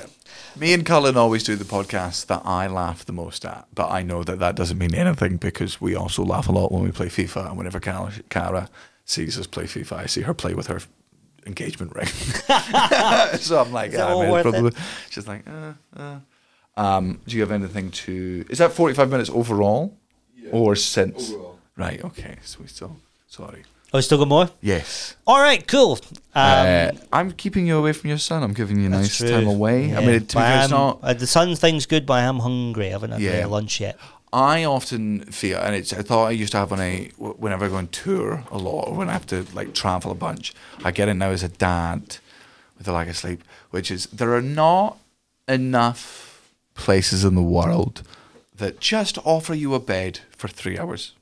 Me and Cullen always do the podcast that I laugh the most at, but I know that that doesn't mean anything because we also laugh a lot when we play FIFA. And whenever Cal- Cara sees us play FIFA, I see her play with her engagement ring. so I'm like, Is it "Ah, all man, worth probably-" She's like, uh, uh. Um, do you have anything to? Is that 45 minutes overall or since? Overall. Right. Okay. So we still. Sorry. Oh, we still got more. Yes. All right, cool. Um, Uh, I'm keeping you away from your son. I'm giving you a nice that's true. time away. I Yeah. mean, to be But fair, it's I'm- not. uh, the sun thing's good, but I am hungry. I haven't had my Yeah. lunch yet. I often feel, and it's a thought I used to have when I, whenever I go on tour a lot, or when I have to like travel a bunch. I get it now as a dad with a lack of sleep, which is there are not enough places in the world that just offer you a bed for three hours.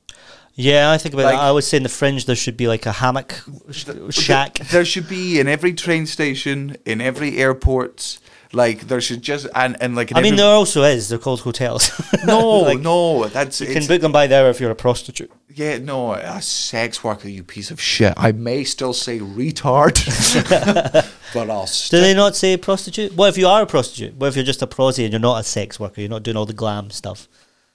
Yeah, I think about Like- that. I always say in the fringe there should be like a hammock sh- shack. There, there should be in every train station, in every airport. Like there should just and and like in I mean, every- there also is. They're called hotels. no Like, no that's You it's- can book them by the hour if you're a prostitute. Yeah, no, a sex worker, you piece of shit. I may still say retard, but I'll. Do St- they not say prostitute? What if you are a prostitute? What if you're just a prosy and you're not a sex worker? You're not doing all the glam stuff.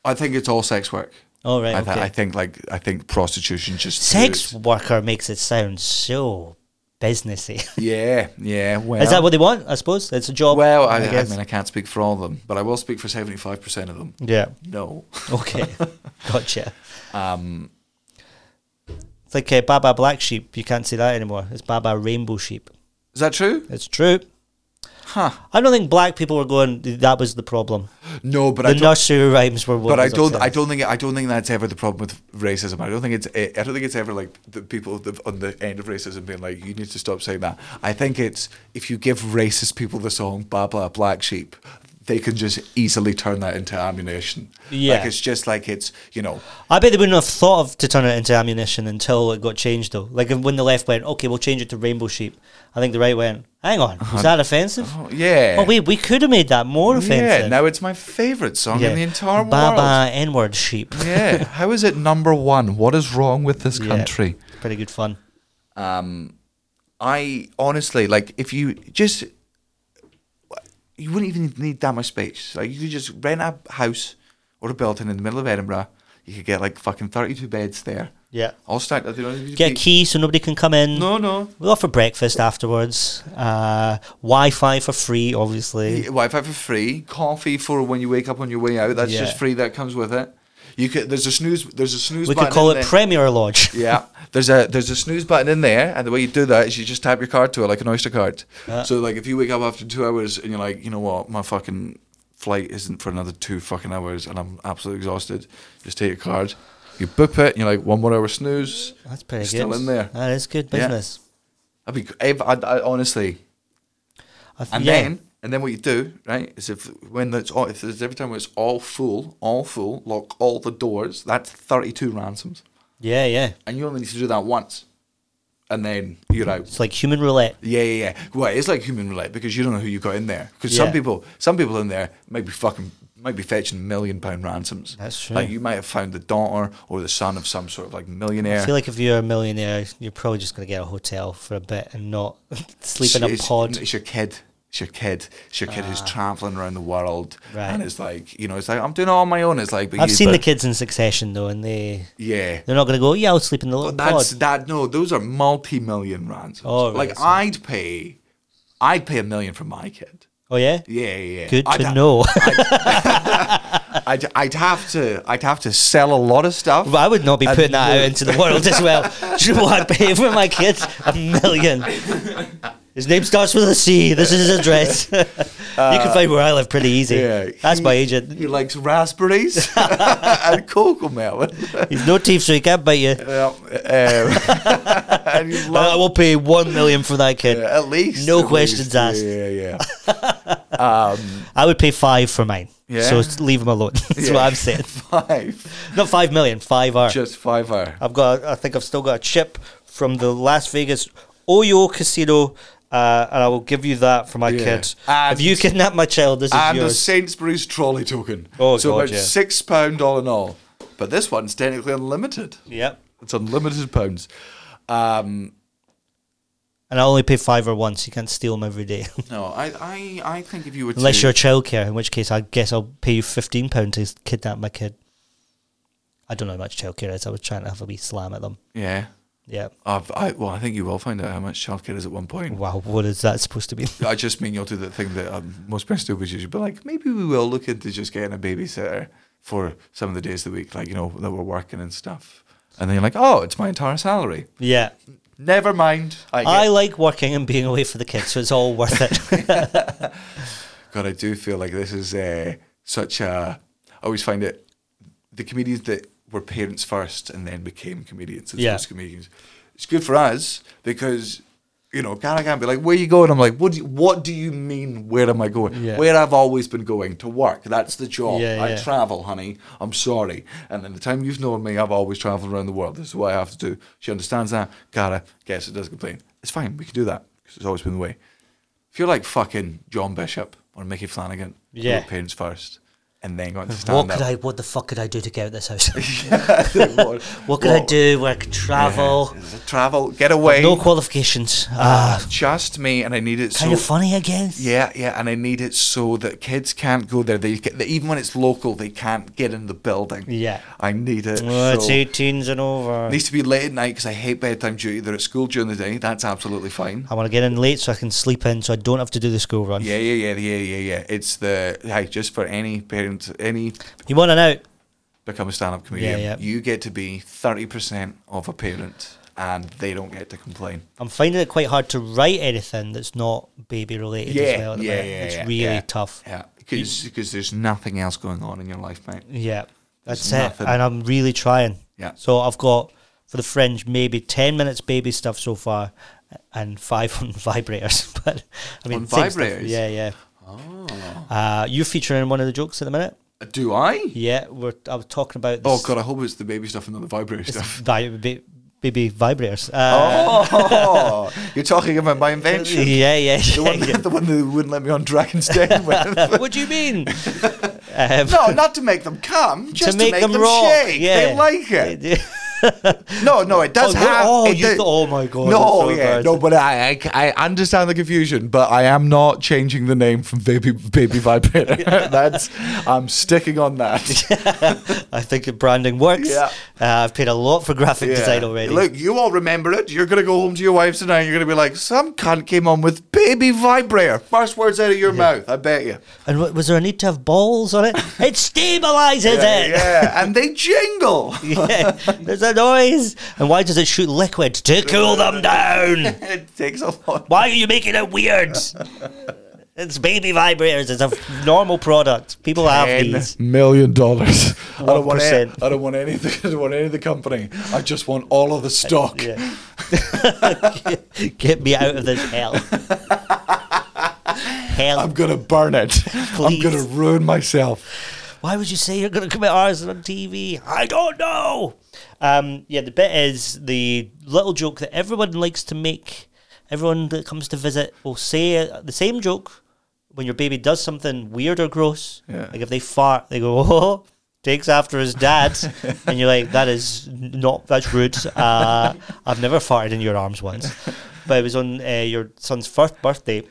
I think it's all sex work. All right, I, th- okay. I think like I think prostitution just Sex through worker makes it sound so businessy. it. Yeah, yeah. Well, Is that what they want? I suppose it's a job. Well, I, I, guess. mean, I can't speak for all of them, but I will speak for seventy-five percent of them. yeah. No, Okay. gotcha. um, It's like uh, Baba Black Sheep. You can't say that anymore. It's Baba Rainbow Sheep. is that true? It's true. Huh? I don't think black people were going. That was the problem. No, but I The don't. nursery rhymes were. What But I was don't. I upsetting. don't think. I don't think that's ever the problem with racism. I don't think it's. eh, I don't think it's ever like the people that- on the end of racism being like, "You need to stop saying that." I think it's if you give racist people the song "Blah Blah Black Sheep," they can just easily turn that into ammunition. Yeah. like it's just like it's you know. I bet they wouldn't have thought of to turn it into ammunition until it got changed, though. Like if- when the left went, okay, we'll change it to rainbow sheep. I think the right went, hang on, is that offensive? Uh-huh. Oh, yeah. Oh wait, we could have made that more offensive. Yeah. Now it's my favorite song in the entire world. Baba N-word sheep. yeah. How is it number one? What is wrong with this Yeah, country? pretty good fun. um, I honestly like if you just you wouldn't even need that much space. Like you could just rent a house or a building in the middle of Edinburgh. You could get like fucking thirty-two beds there. Yeah. all stacked. up, You know, you Get a could- key so nobody can come in. No, no. We offer breakfast afterwards. Uh, Wi-Fi for free, obviously. Wi-Fi for free, coffee for when you wake up on your way out. That's Yeah. just free. That comes with it. You could. There's a snooze. There's a snooze. we could button call in it there. Premier Lodge. Yeah, there's a there's a snooze button in there, and the way you do that is you just tap your card to it like an Oyster card. So like if you wake up after two hours and you're like, you know what, my fucking flight isn't for another two fucking hours, and I'm absolutely exhausted, just take your card, you boop it, and you're like, one more hour snooze. That's pretty Still good. in there. That is good Yeah. business. I'd be, I, I, honestly, I th- and yeah. then and then what you do, right, is if when it's all, if there's every time it's all full, all full, lock all the doors. That's thirty-two ransoms, yeah, yeah. and you only need to do that once, and then you're out. It's like human roulette. Yeah, yeah, yeah. Well, it's like human roulette because you don't know who you got in there. Because Yeah. some people, some people in there might be fucking, might be fetching million pound ransoms. That's true. Like you might have found the daughter or the son of some sort of like millionaire. I feel like if you're a millionaire, you're probably just going to get a hotel for a bit and not sleep in a it's, pod. Ah. It's your kid. It's your kid. It's your kid who's traveling around the world, Right. and it's like you know, it's like I'm doing it on my own. It's like, but I've you, seen the but- kids in Succession though, and they Yeah. they're not going to go. Yeah, I'll sleep in the little That's pod. that. No, those are multi-million ransoms. Oh, right, like so- I'd pay, I'd pay a million for my kid. Oh yeah, Yeah, yeah. yeah. good I'd to ha- know. I'd, I'd have to I'd have to sell a lot of stuff. but I would not be I'd putting that out do- into the world as well. Do you know what I'd pay for my kids? A million. His name starts with a C. This is his address. you Uh, can find where I live pretty easy. That's he- my agent. He likes raspberries and cocoa melon. He's no thief, so he can't bite you. Yeah, um, and he I loves will pay one million for that kid. at least. Uh, No at least. questions asked. Yeah, yeah, yeah. I would pay five for mine. Yeah. So s- leave him alone. That's Yeah. what I'm saying. Five. Not five million, five R. Just five hour. I've got. I think I've still got a chip from the Las Vegas Oyo Casino, uh, and I will give you that for my Yeah. kid. And- if you kidnap my child, this is and a yours. Sainsbury's trolley token. Oh, so God, about yeah. six pound all in all. But this one's technically unlimited. yep. It's unlimited pounds. Um, And I only pay five or once. You can't steal them every day, no, I, I, I think if you were unless to, you're childcare. In which case, I guess I'll pay you fifteen pound to kidnap my kid. I don't know how much childcare is. I was trying to have a wee slam at them. yeah. Yeah. I've, I, well, I think you will find out how much childcare is at one point. Wow. What is that supposed to be? I just mean you'll do the thing that um, most parents do, which is you'll be like, maybe we will look into just getting a babysitter for some of the days of the week, like, you know, that we're working and stuff. And then you're like, oh, it's my entire salary. yeah. Never mind. I, I get- like working and being away for the kids, so it's all worth it. God, I do feel like this is uh, such a. I always find it the comedians that were parents first and then became comedians as Yeah. opposed to comedians. It's good for us because you know Gary can't be like, "Where you going?" I'm like, "What? Do you, what do you mean? Where am I going? Yeah. Where I've always been going to work. That's the job. Yeah, I yeah. travel, honey. I'm sorry. And in the time you've known me, I've always travelled around the world. This is what I have to do. She understands that. Cara, guess it does complain. It's fine. We can do that because it's always been the way. If you're like fucking John Bishop or Mickey Flanagan, who Yeah. were parents first, and then got to stand what up. could I? What the fuck could I do to get out of this house? what, What could I do? Where I could travel? Travel, get away. No qualifications. Ah, just me, and I need it kind so. of funny, I guess. Yeah, yeah, and I need it so that kids can't go there. They, ca- even when it's local, they can't get in the building. Yeah. I need it. Well, Oh, it's so. 18s and over. needs to be late at night because I hate bedtime duty. They're at school during the day. That's absolutely fine. I want to get in late so I can sleep in, so I don't have to do the school run. Yeah, yeah, yeah, yeah, yeah, yeah. It's the hey, just for any parent, any You want an out? become a stand-up comedian. yeah. You get to be thirty percent of a parent, and they don't get to complain. I'm finding it quite hard to write anything that's not baby related. as well at the minute. It's really yeah. tough. Yeah, because there's nothing else going on in your life, mate. Yeah, that's There's it. nothing. And I'm really trying. Yeah. So I've got for the fringe maybe ten minutes baby stuff so far, and five on vibrators. but I mean, On same stuff. vibrators? Yeah, yeah. Oh. Uh, you're featuring in one of the jokes at the minute. Do I? Yeah, we're. I was talking about. Oh This god, I hope it's the baby stuff and not the vibrator stuff. vi- ba- baby vibrators. Uh, Oh, you're talking about my invention. Yeah, yeah. Oh, The one, yeah, yeah. the one that wouldn't let me on Dragon's Den with. what do you mean? Um, No, not to make them come, just to make, them, rock. shake. Yeah. They like it. They do. No, no, it does Oh, have. oh, it you do- thought- oh my No, God, that's so yeah, bad. no, but I, I, I understand the confusion, but I am not changing the name from baby baby vibrator. That's I'm sticking on that. I think branding works. Yeah. Uh, I've paid a lot for graphic design Yeah. already. Look, you all remember it. You're gonna go home to your wives tonight. You're gonna be like, some cunt came on with baby vibrator. First words out of your mouth. I bet you. And w- was there a need to have balls on it? It stabilizes Yeah, it. yeah, and they jingle. Yeah. There's a noise. And why does it shoot liquid? To cool them down. it takes a lot. Why are you making it weird? It's baby vibrators. It's a f- normal product. People have Ten these. million dollars. I don't want. Any, 1%. I don't want anything. I don't want any of the company. I just want all of the stock. Yeah. Get me out of this hell. hell. I'm gonna burn it. I'm Please. gonna ruin myself. Why would you say you're going to commit arson on TV? I don't know. Um, yeah, the bit is the little joke that everyone likes to make. Everyone that comes to visit will say uh, the same joke when your baby does something weird or gross. Yeah. Like if they fart, they go, oh, takes after his dad. and you're like, that is not, that's rude. Uh, I've never farted in your arms once. But it was on uh, your son's first birthday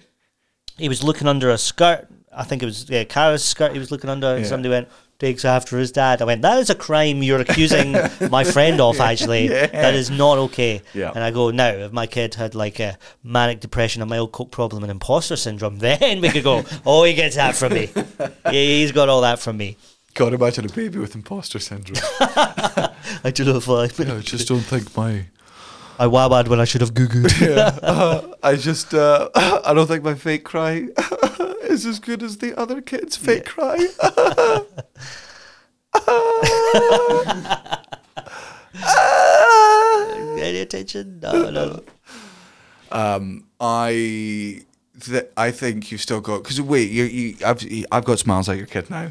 he was looking under a skirt. I think it was yeah, Cara's skirt. He was looking under, and Yeah. somebody went takes after his dad. I went, that is a crime you're accusing my friend of. Actually, that is not okay. Yeah. And I go now. If my kid had like a manic depression, a mild coke problem, and imposter syndrome, then we could go. oh, he gets that from me. Yeah, he's got all that from me. God, imagine a baby with imposter syndrome. I don't know if I. I just don't think my I wabad when I should have goo gooed. Yeah. Uh, I just, uh, I don't think my fake cry is as good as the other kid's fake cry. Any attention? No, no. Um, I, th- I think you've still got because wait, you, you, I've, you, I've got smiles like your kid now.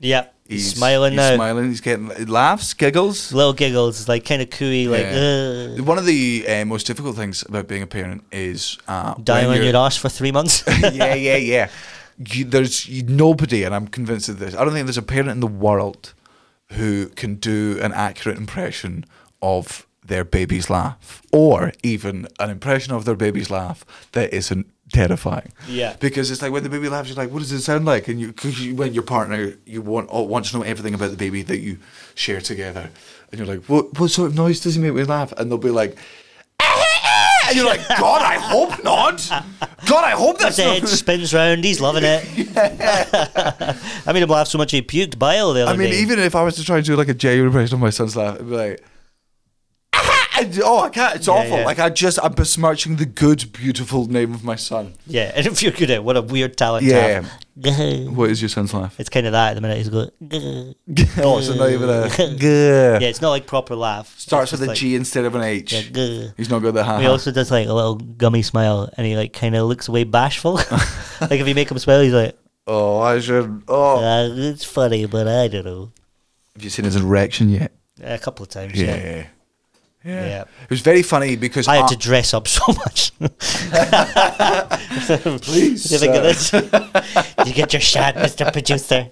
Yeah, he's, smiling now. Smiling. He's getting laughs, giggles. Little giggles, like kind of cooey, like Yeah. "Ugh." One of the uh, most difficult things about being a parent is uh, when dying on you're- your ass for three months. yeah, yeah, yeah. You, there's you- nobody, and I'm convinced of this. I don't think there's a parent in the world who can do an accurate impression of their baby's laugh, or even an impression of their baby's laugh that isn't terrifying. Yeah. because it's like when the baby laughs, you're like, "What does it sound like?" And you, 'cause you when your partner, you want oh, want to know everything about the baby that you share together, and you're like, "What what sort of noise does he make me laugh?" And they'll be like. "Ah," And you're like, God, I hope not. God, I hope that's His head not. spins round. He's loving it. I made him laugh so much he puked bile the other I mean, day. even if I was to try and do like a genuine impression of my son's laugh, it'd be like, "Ah, I- oh, I can't. It's awful. yeah. Like I just, I'm besmirching the good, beautiful name of my son. yeah, and if you're good at what a weird talent. Yeah. Yeah, to have. What is your son's laugh? it's kind of that at the minute. He's going. "Gah." oh, so not even a. Yeah, yeah, it's not like proper laugh. It's starts just with a G Uh-huh. like, instead of an H. yeah, "Gah." He's not got the ha. He also does like a little gummy smile, and he like kind of looks away bashful. like if you make him smile, he's like, Oh, I should. Oh, uh, "It's funny, but I don't know." have you seen his erection yet? A couple of times, Yeah. yeah. yeah. Yeah. It was very funny because I I- had to dress up so much. Please, you think of sir. this? you get your shot, Mr. Producer.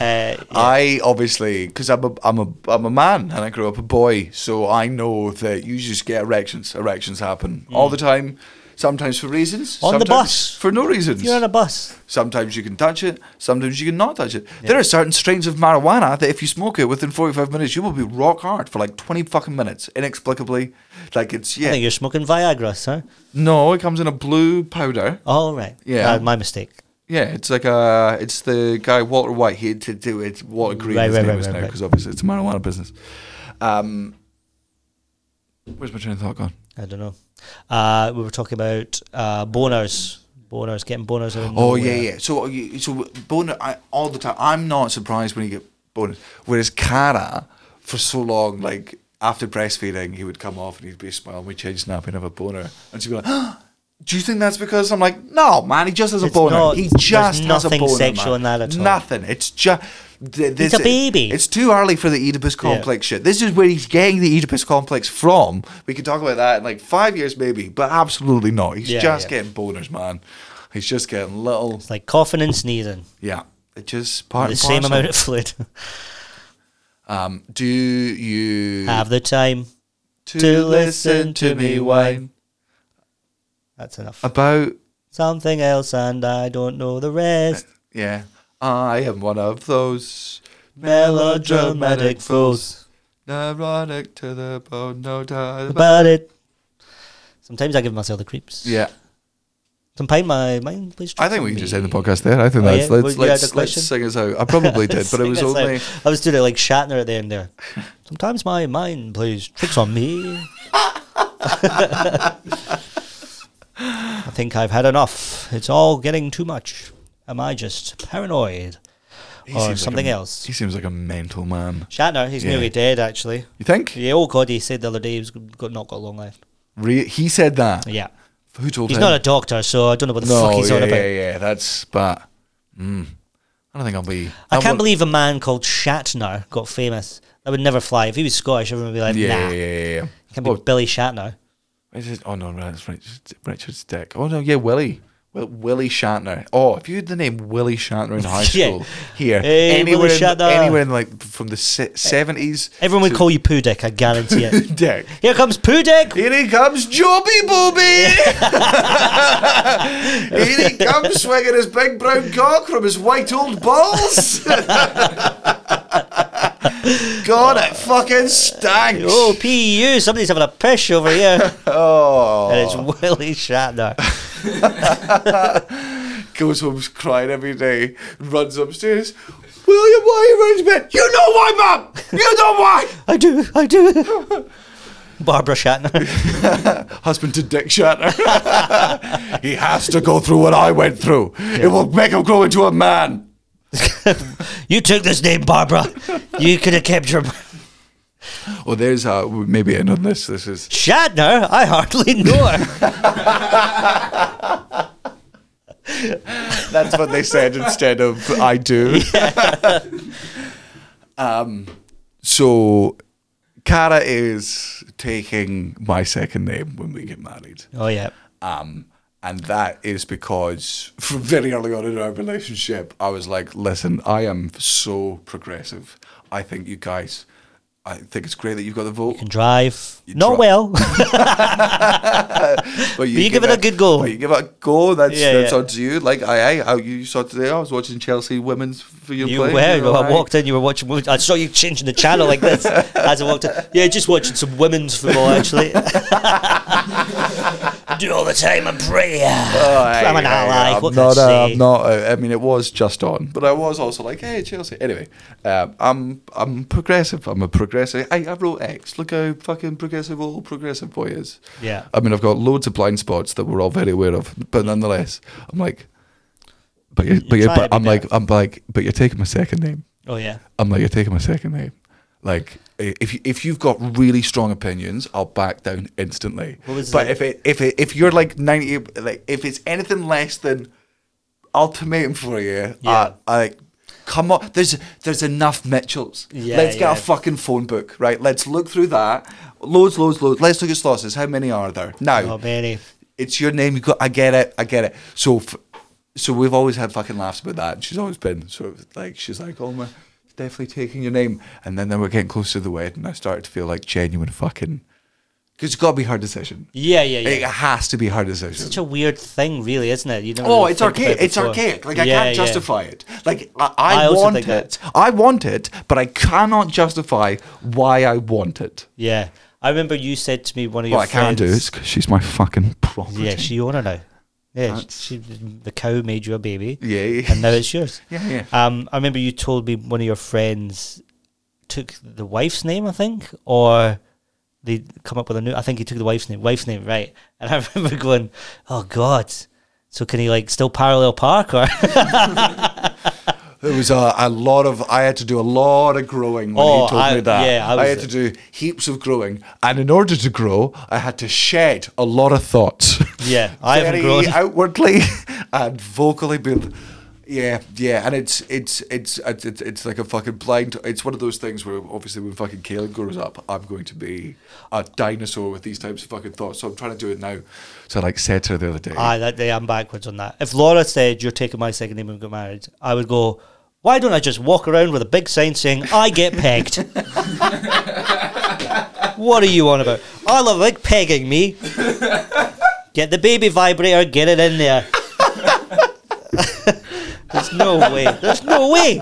Uh, I obviously, because I'm a, I'm a I'm a man and I grew up a boy, so I know that you just get erections. Erections happen all the time. Sometimes for reasons. Mm. On the sometimes bus. for no reasons. if you're on a bus, sometimes you can touch it. Sometimes you can not touch it. There are certain strains of marijuana that if you smoke it within 45 minutes, you will be rock hard for like 20 fucking minutes inexplicably. Like it's I yeah. think you're smoking Viagra, sir. no, it comes in a blue powder. All right. Yeah. Uh, my mistake. Yeah, it's like uh it's the guy Walter White. He had to do it. Walter Green Right, his right, name right, is right, now right. because obviously it's a marijuana business. Um, where's my train of thought gone? I don't know. Uh, we were talking about uh, boners. Boners, getting boners. out of Oh yeah, nowhere. yeah. So you- so boner I, all the time. I'm not surprised when you get bonus. Whereas Cara, for so long, like after breastfeeding, he would come off and he'd be smiling. We change nappy and have a boner, and she'd be like. Do you think that's because I'm like, no, man, he just has a It's boner. not- he there's just has a nothing boner. man. sexual in that at all. Nothing. It's just. a baby. It's too early for the Oedipus complex shit. This is where he's getting the Oedipus complex from. We can talk about that in like five years, maybe, but absolutely not. He's Yeah, just yeah. getting getting boners, man. He's just getting little. It's like coughing and sneezing. Yeah, it's just part the and same parcel. amount of fluid. Um, do you Have the time. to, to listen listen to to me me whine That's enough. about? Something else, and I don't know the rest. Yeah, I am one of those Melodramatic fools. neurotic to the bone, no doubt about. About it. Sometimes I give myself the creeps. Yeah, Sometimes my mind plays I think tricks we on can just me. end the podcast there. I think Oh, that's yeah? let's Well, you had a let's, let's question? sing us out. I probably did, but it was It's like- only I was doing it like Shatner at the end there. Sometimes my mind plays tricks on me. I think I've had enough. It's all getting too much. Am I just paranoid He or seems like a- something else? He seems like a mental man. Shatner, he's Yeah. nearly dead actually. You think? Yeah, old God, he said the other day he's got not got long left. Re- he said that. Yeah. Who told He's him? not a doctor, so I don't know what the no, fuck he's yeah, on about. yeah, yeah. That's but. Mm, I don't think I'll be. I I'm can't one- believe a man called Shatner got famous. That would never fly. If he was Scottish, everyone would be like, Yeah, nah. yeah, yeah, yeah. Can't be oh, Billy Shatner. is it- oh no, that's Richard, Richard's dick. Oh no, yeah, Willie. Well, Willie Shatner. Oh, if you had the name Willie Shatner in high Yeah. school here, Hey, anywhere, Willie in, Shatner. anywhere in like from the seventies, Everyone would call you Poo Dick, I guarantee it. dick. Here comes Poo Dick! Here he comes, Joby Booby. Here he comes, swinging his big brown cock from his white old balls. God, it fucking stinks. Oh, PU, somebody's having a pish over here. Oh. And it's Willie Shatner. goes home crying every day, runs upstairs. William, why are you running to bed? You know why, Mum! You know why! I do, I do. Barbara Shatner. Husband to Dick Shatner. he has to go through what I went through. It will make him grow into a man. you took this name, Barbara. You could have kept your Oh, there's uh, we maybe end on this. This is Shatner. I hardly know her. that's what they said instead of I do. um, so Cara is taking my second name when we get married. oh yeah. Um, and that is because from very early on in our relationship, I was like, listen, I am so progressive. I think you guys, I think it's great that you've got the vote. Can drive. You Not dri- well. But you, you give it a good go. But you give it a go. That's Yeah, that's yeah. on to you. Like I, I, how you saw today, I was watching Chelsea women's for your you play. were. I walked in. You were watching. women- I saw you changing the channel like this as I walked in. Yeah, just watching some women's football actually. Do all the time and pray. I'm an ally. I'm What not. can I Uh, say? I'm not. Uh, I mean, it was just on, but I was also like, "Hey, Chelsea." Anyway, um, I'm I'm progressive. I'm a progressive. I, I wrote X. Look how fucking progressive old progressive boy is. Yeah. I mean, I've got loads of blind spots that we're all very aware of, but nonetheless, I'm like, but you, but, you, trying to but be I'm like, I'm like, but you're taking my second name. Oh yeah. I'm like, you're taking my second name. Like, i- if you, if you've got really strong opinions, I'll back down instantly. What was but the- if it if it if you're like ninety, like if it's anything less than ultimatum for you, Yeah. I, I like. Come on, there's there's enough Mitchells. Yeah, let's get yeah. a fucking phone book, right? Let's look through that. Loads, loads, loads. Let's look at sauces. How many are there now? Oh Mary. it's your name. You got. I get it. I get it. So, f- so we've always had fucking laughs about that. She's always been sort of like she's like, oh my, it's definitely taking your name. And then then we're getting closer to the wedding. I started to feel like genuine fucking because it's got to be her decision. Yeah, yeah, yeah. It has to be her decision. Such a weird thing, really, isn't it? You never Oh, really it's think about archaic. it It's before. archaic. Like I Yeah, can't yeah. justify it. Like I, I, I also want think it. that. I want it, but I cannot justify why I want it. Yeah. I remember you said to me one of your What I can friends. do is 'cause she's my fucking property. Yeah, she owned her now. Yeah, That's- she, the cow made you a baby. Yeah. and now it's yours. Yeah, yeah. Um, I remember you told me one of your friends took the wife's name, I think, or they come up with a new. I think he took the wife's name. Wife's name, right? And I remember going, "Oh God." So can he like still parallel park or It was a, a lot of. I had to do a lot of growing when Oh, he told I- me that. yeah, I was- had to do heaps of growing, and in order to grow, I had to shed a lot of thoughts. yeah? I haven't Very grown. outwardly and vocally. Been, yeah, yeah, and it's it's it's it's it's- it's like a fucking blind. It's one of those things where obviously when fucking Caleb grows up, I'm going to be a dinosaur with these types of fucking thoughts. So I'm trying to do it now. So I like said to her the other day, Aye, that day I'm backwards on that. If Laura said you're taking my second name and got married, I would go. Why don't I just walk around with a big sign saying I get pegged? what are you on about? I love like pegging me. Get the baby vibrator, get it in there. There's no way. There's no way.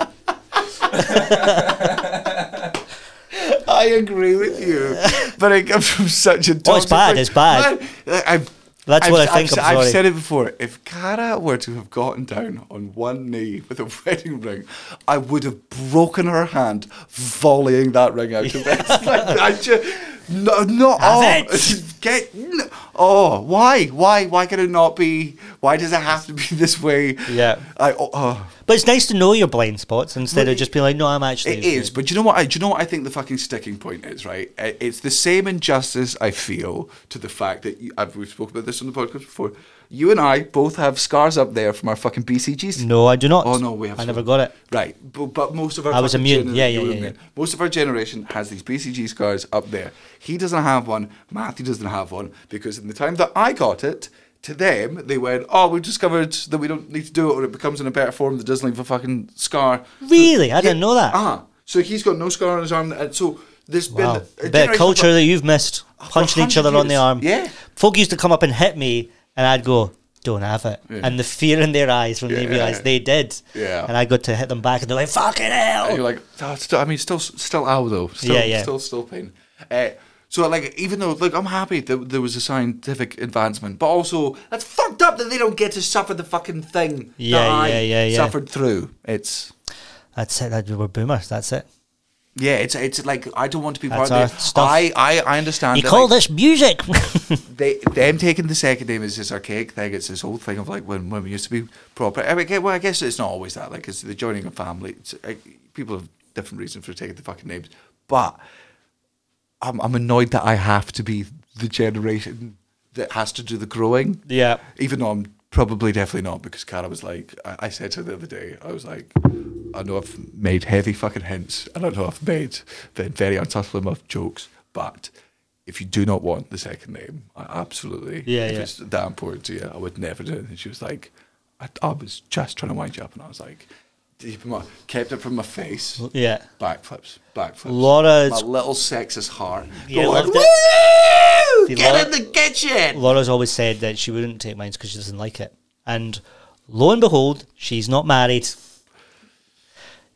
I agree with you, but it comes from such a. Oh, it's toxic bad, place. it's bad. Man, I've, That's I've, what I think, I've, I'm have sorry. said it before. If Cara were to have gotten down on one knee with a wedding ring, I would have broken her hand, volleying that ring out of it. like, I ju- no, not all. it. Get. n- Oh, why? Why? Why can it not be? Why does it have to be this way? Yeah. I. Oh, oh. But it's nice to know your blind spots instead of just being like, no, I'm actually. It is, but do you know what? I, do you know what I think the fucking sticking point is? Right, I- it's the same injustice I feel to the fact that you, I've, we've spoken about this on the podcast before. You and I both have scars up there from our fucking BCGs. No, I do not. Oh no, we have. I some- never got it. Right, but, but most of our. I was fucking immune. gener- Yeah, yeah, you were yeah, yeah. immune. Most of our generation has these BCG scars up there. He doesn't have one. Matthew doesn't have one because in the time that I got it. To them, they went, "Oh, we've discovered that we don't need to do it, or it becomes in a better form that doesn't leave a fucking scar." Really, I didn't know that. Ah, so he's got no scar on his arm. And so there's Wow. been a A bit of generation culture of- that you've missed. Punching each 100 other on the years. arm. Yeah. Folk used to come up and hit me, and I'd go, don't have it. Yeah. And the fear in their eyes when they Yeah. realised they did. Yeah. And I got to hit them back, and they're like, fucking hell. And you're like, oh, it's still, I mean, still, still ow though. Still, Yeah, yeah. Still, still pain. Uh, so like, even though look, I'm happy that there was a scientific advancement, but also that's fucked up that they don't get to suffer the fucking thing Yeah, that I yeah, yeah, yeah. suffered through. It's That's it. That, we're boomers. That's it. Yeah, it's it's like I don't want to be That's part our of it. stuff. I, I I understand. You that, call like, this music? they, them taking the second name is this archaic thing. It's this whole thing of like when women used to be proper. I mean, I- well, I guess it's not always that. Like, it's the joining a family. It's, uh, people have different reasons for taking the fucking names, but I'm, I'm annoyed that I have to be the generation that has to do the growing. Yeah. Even though I'm probably definitely not, because Cara was like, I, I said to her the other day, I was like, I know I've made heavy fucking hints, and I know I've made the very unsubtle enough jokes, but if you do not want the second name, I absolutely, Yeah, if yeah. it's that important to you, I would never do it. And she was like, I, I was just trying to wind you up, and I was like, deep in my, kept it from my face. yeah. Backflips, backflips. Laura's- my little sexist heart. Yeah, going, loved it. "Woo! See, Get Laura- in the kitchen. Laura's always said that she wouldn't take mines because she doesn't like it. And lo and behold, she's not married.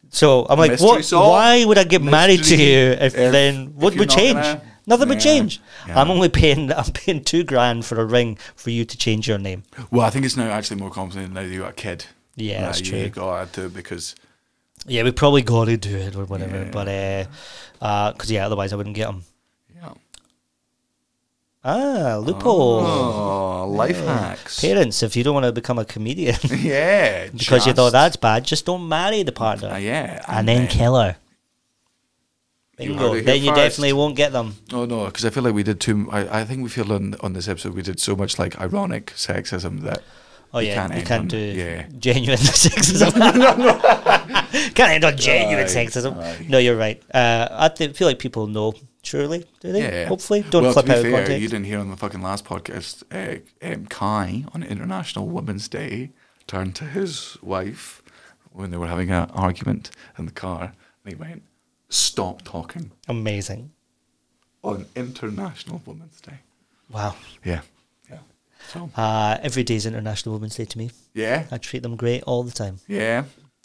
So I'm like, Mystery what? solved. Why would I get married to Mystery. you if, If- then what if you're would not change? gonna- Nothing would Yeah, change. yeah. I'm only paying. I'm paying two grand for a ring for you to change your name. Well, I think it's now actually more complicated now that you got a kid. Yeah, Like, that's You true. got to because Yeah, we probably got to do it or whatever. Yeah. But uh, uh 'cause yeah, otherwise I wouldn't get them. yeah. Ah, loophole. Oh, life hacks. Parents, if you don't want to become a comedian Yeah, because you thought just- that's bad, just don't marry the partner. Ah, yeah, and then kill her. You Bingo. heard it Then here you first. definitely won't get them. Oh no, because I feel like we did too. m- I, I think we feel on on this episode we did so much like ironic sexism that. Oh we yeah, can't you end can't on- do Yeah, genuine sexism. can't end on genuine Aye, sexism. aye. No, you're right. Uh, I th- feel like people know. Surely, do they? Yeah. Hopefully, don't well, clip to be out of fair, You context. didn't hear on the fucking last podcast. Uh, um, Kai on International Women's Day turned to his wife when they were having an argument in the car, and he went, "Stop talking Amazing. on International Women's Day." Wow. Yeah, yeah. So Uh, every day's International Women's Day to me. yeah, I treat them great all the time. yeah.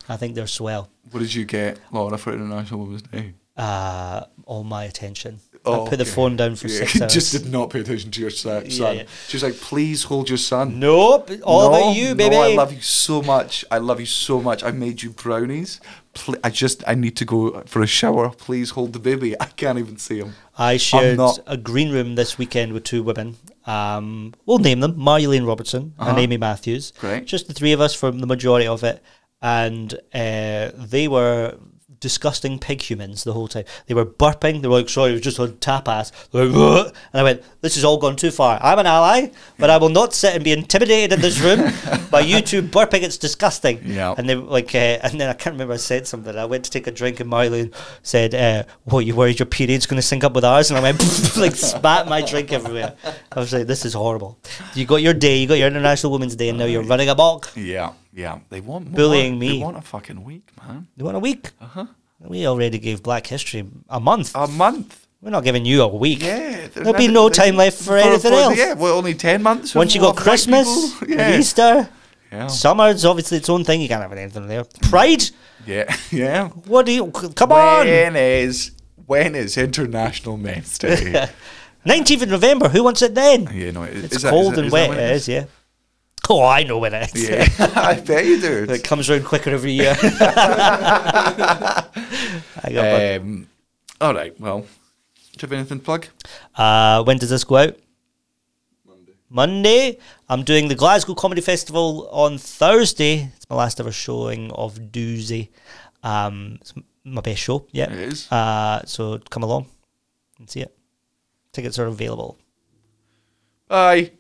I think they're swell. What did you get, Laura, for International Women's Day? Uh, all my attention. I Oh, put the okay. phone down for Yeah, six hours. Just did not pay attention to your son. Yeah, son. yeah. She was like, "Please hold your son." nope. All no, about you, baby. No, I love you so much. I love you so much. I made you brownies. Pl- I just, I need to go for a shower. Please hold the baby. I can't even see him. I shared not- a green room this weekend with two women. Um, we'll name them Marjolaine Robertson and Uh-huh. Amy Matthews. Great. Just the three of us for the majority of it. And uh, they were disgusting pig humans the whole time. They were burping. They were like, sorry, it was just on tapas. They were like, "Ugh." and I went, this has all gone too far. I'm an ally, but I will not sit and be intimidated in this room by you two burping. It's disgusting. Yeah. And they were like, uh, and then I can't remember. I said something. I went to take a drink, and Marlene said, uh, "What you worried your period's going to sync up with ours?" And I went like spat my drink everywhere. I was like, "This is horrible." You got your day. You got your International Women's Day, and now you're running amok. Yeah, yeah. They want more. Bullying me. They want a fucking week, man. You want a week? Uh-huh. We already gave Black History a month. A month. We're not giving you a week. Oh. Yeah. There'll be no time left for anything else. Yeah, well, only 10 months. Once you got of white people. Christmas, and yeah. Easter, Yeah. summer's obviously its own thing. You can't have anything there. Pride. yeah, yeah. What do you? Come on. When is when is International Men's Day? 19th of November. Who wants it then? yeah, no, is, It's is that- is cold that- and is that wet. when It is, yeah. Oh, I know when it is. Yeah, I bet you do. it comes round quicker every year. I got one. um, all right, well, do you have anything to plug? Uh, when does this go out? Monday. I'm doing the Glasgow Comedy Festival on Thursday. It's my last ever showing of Doozy. Um, it's m- my best show. Yeah. It is. Uh, so come along and see it. Tickets are available. Bye.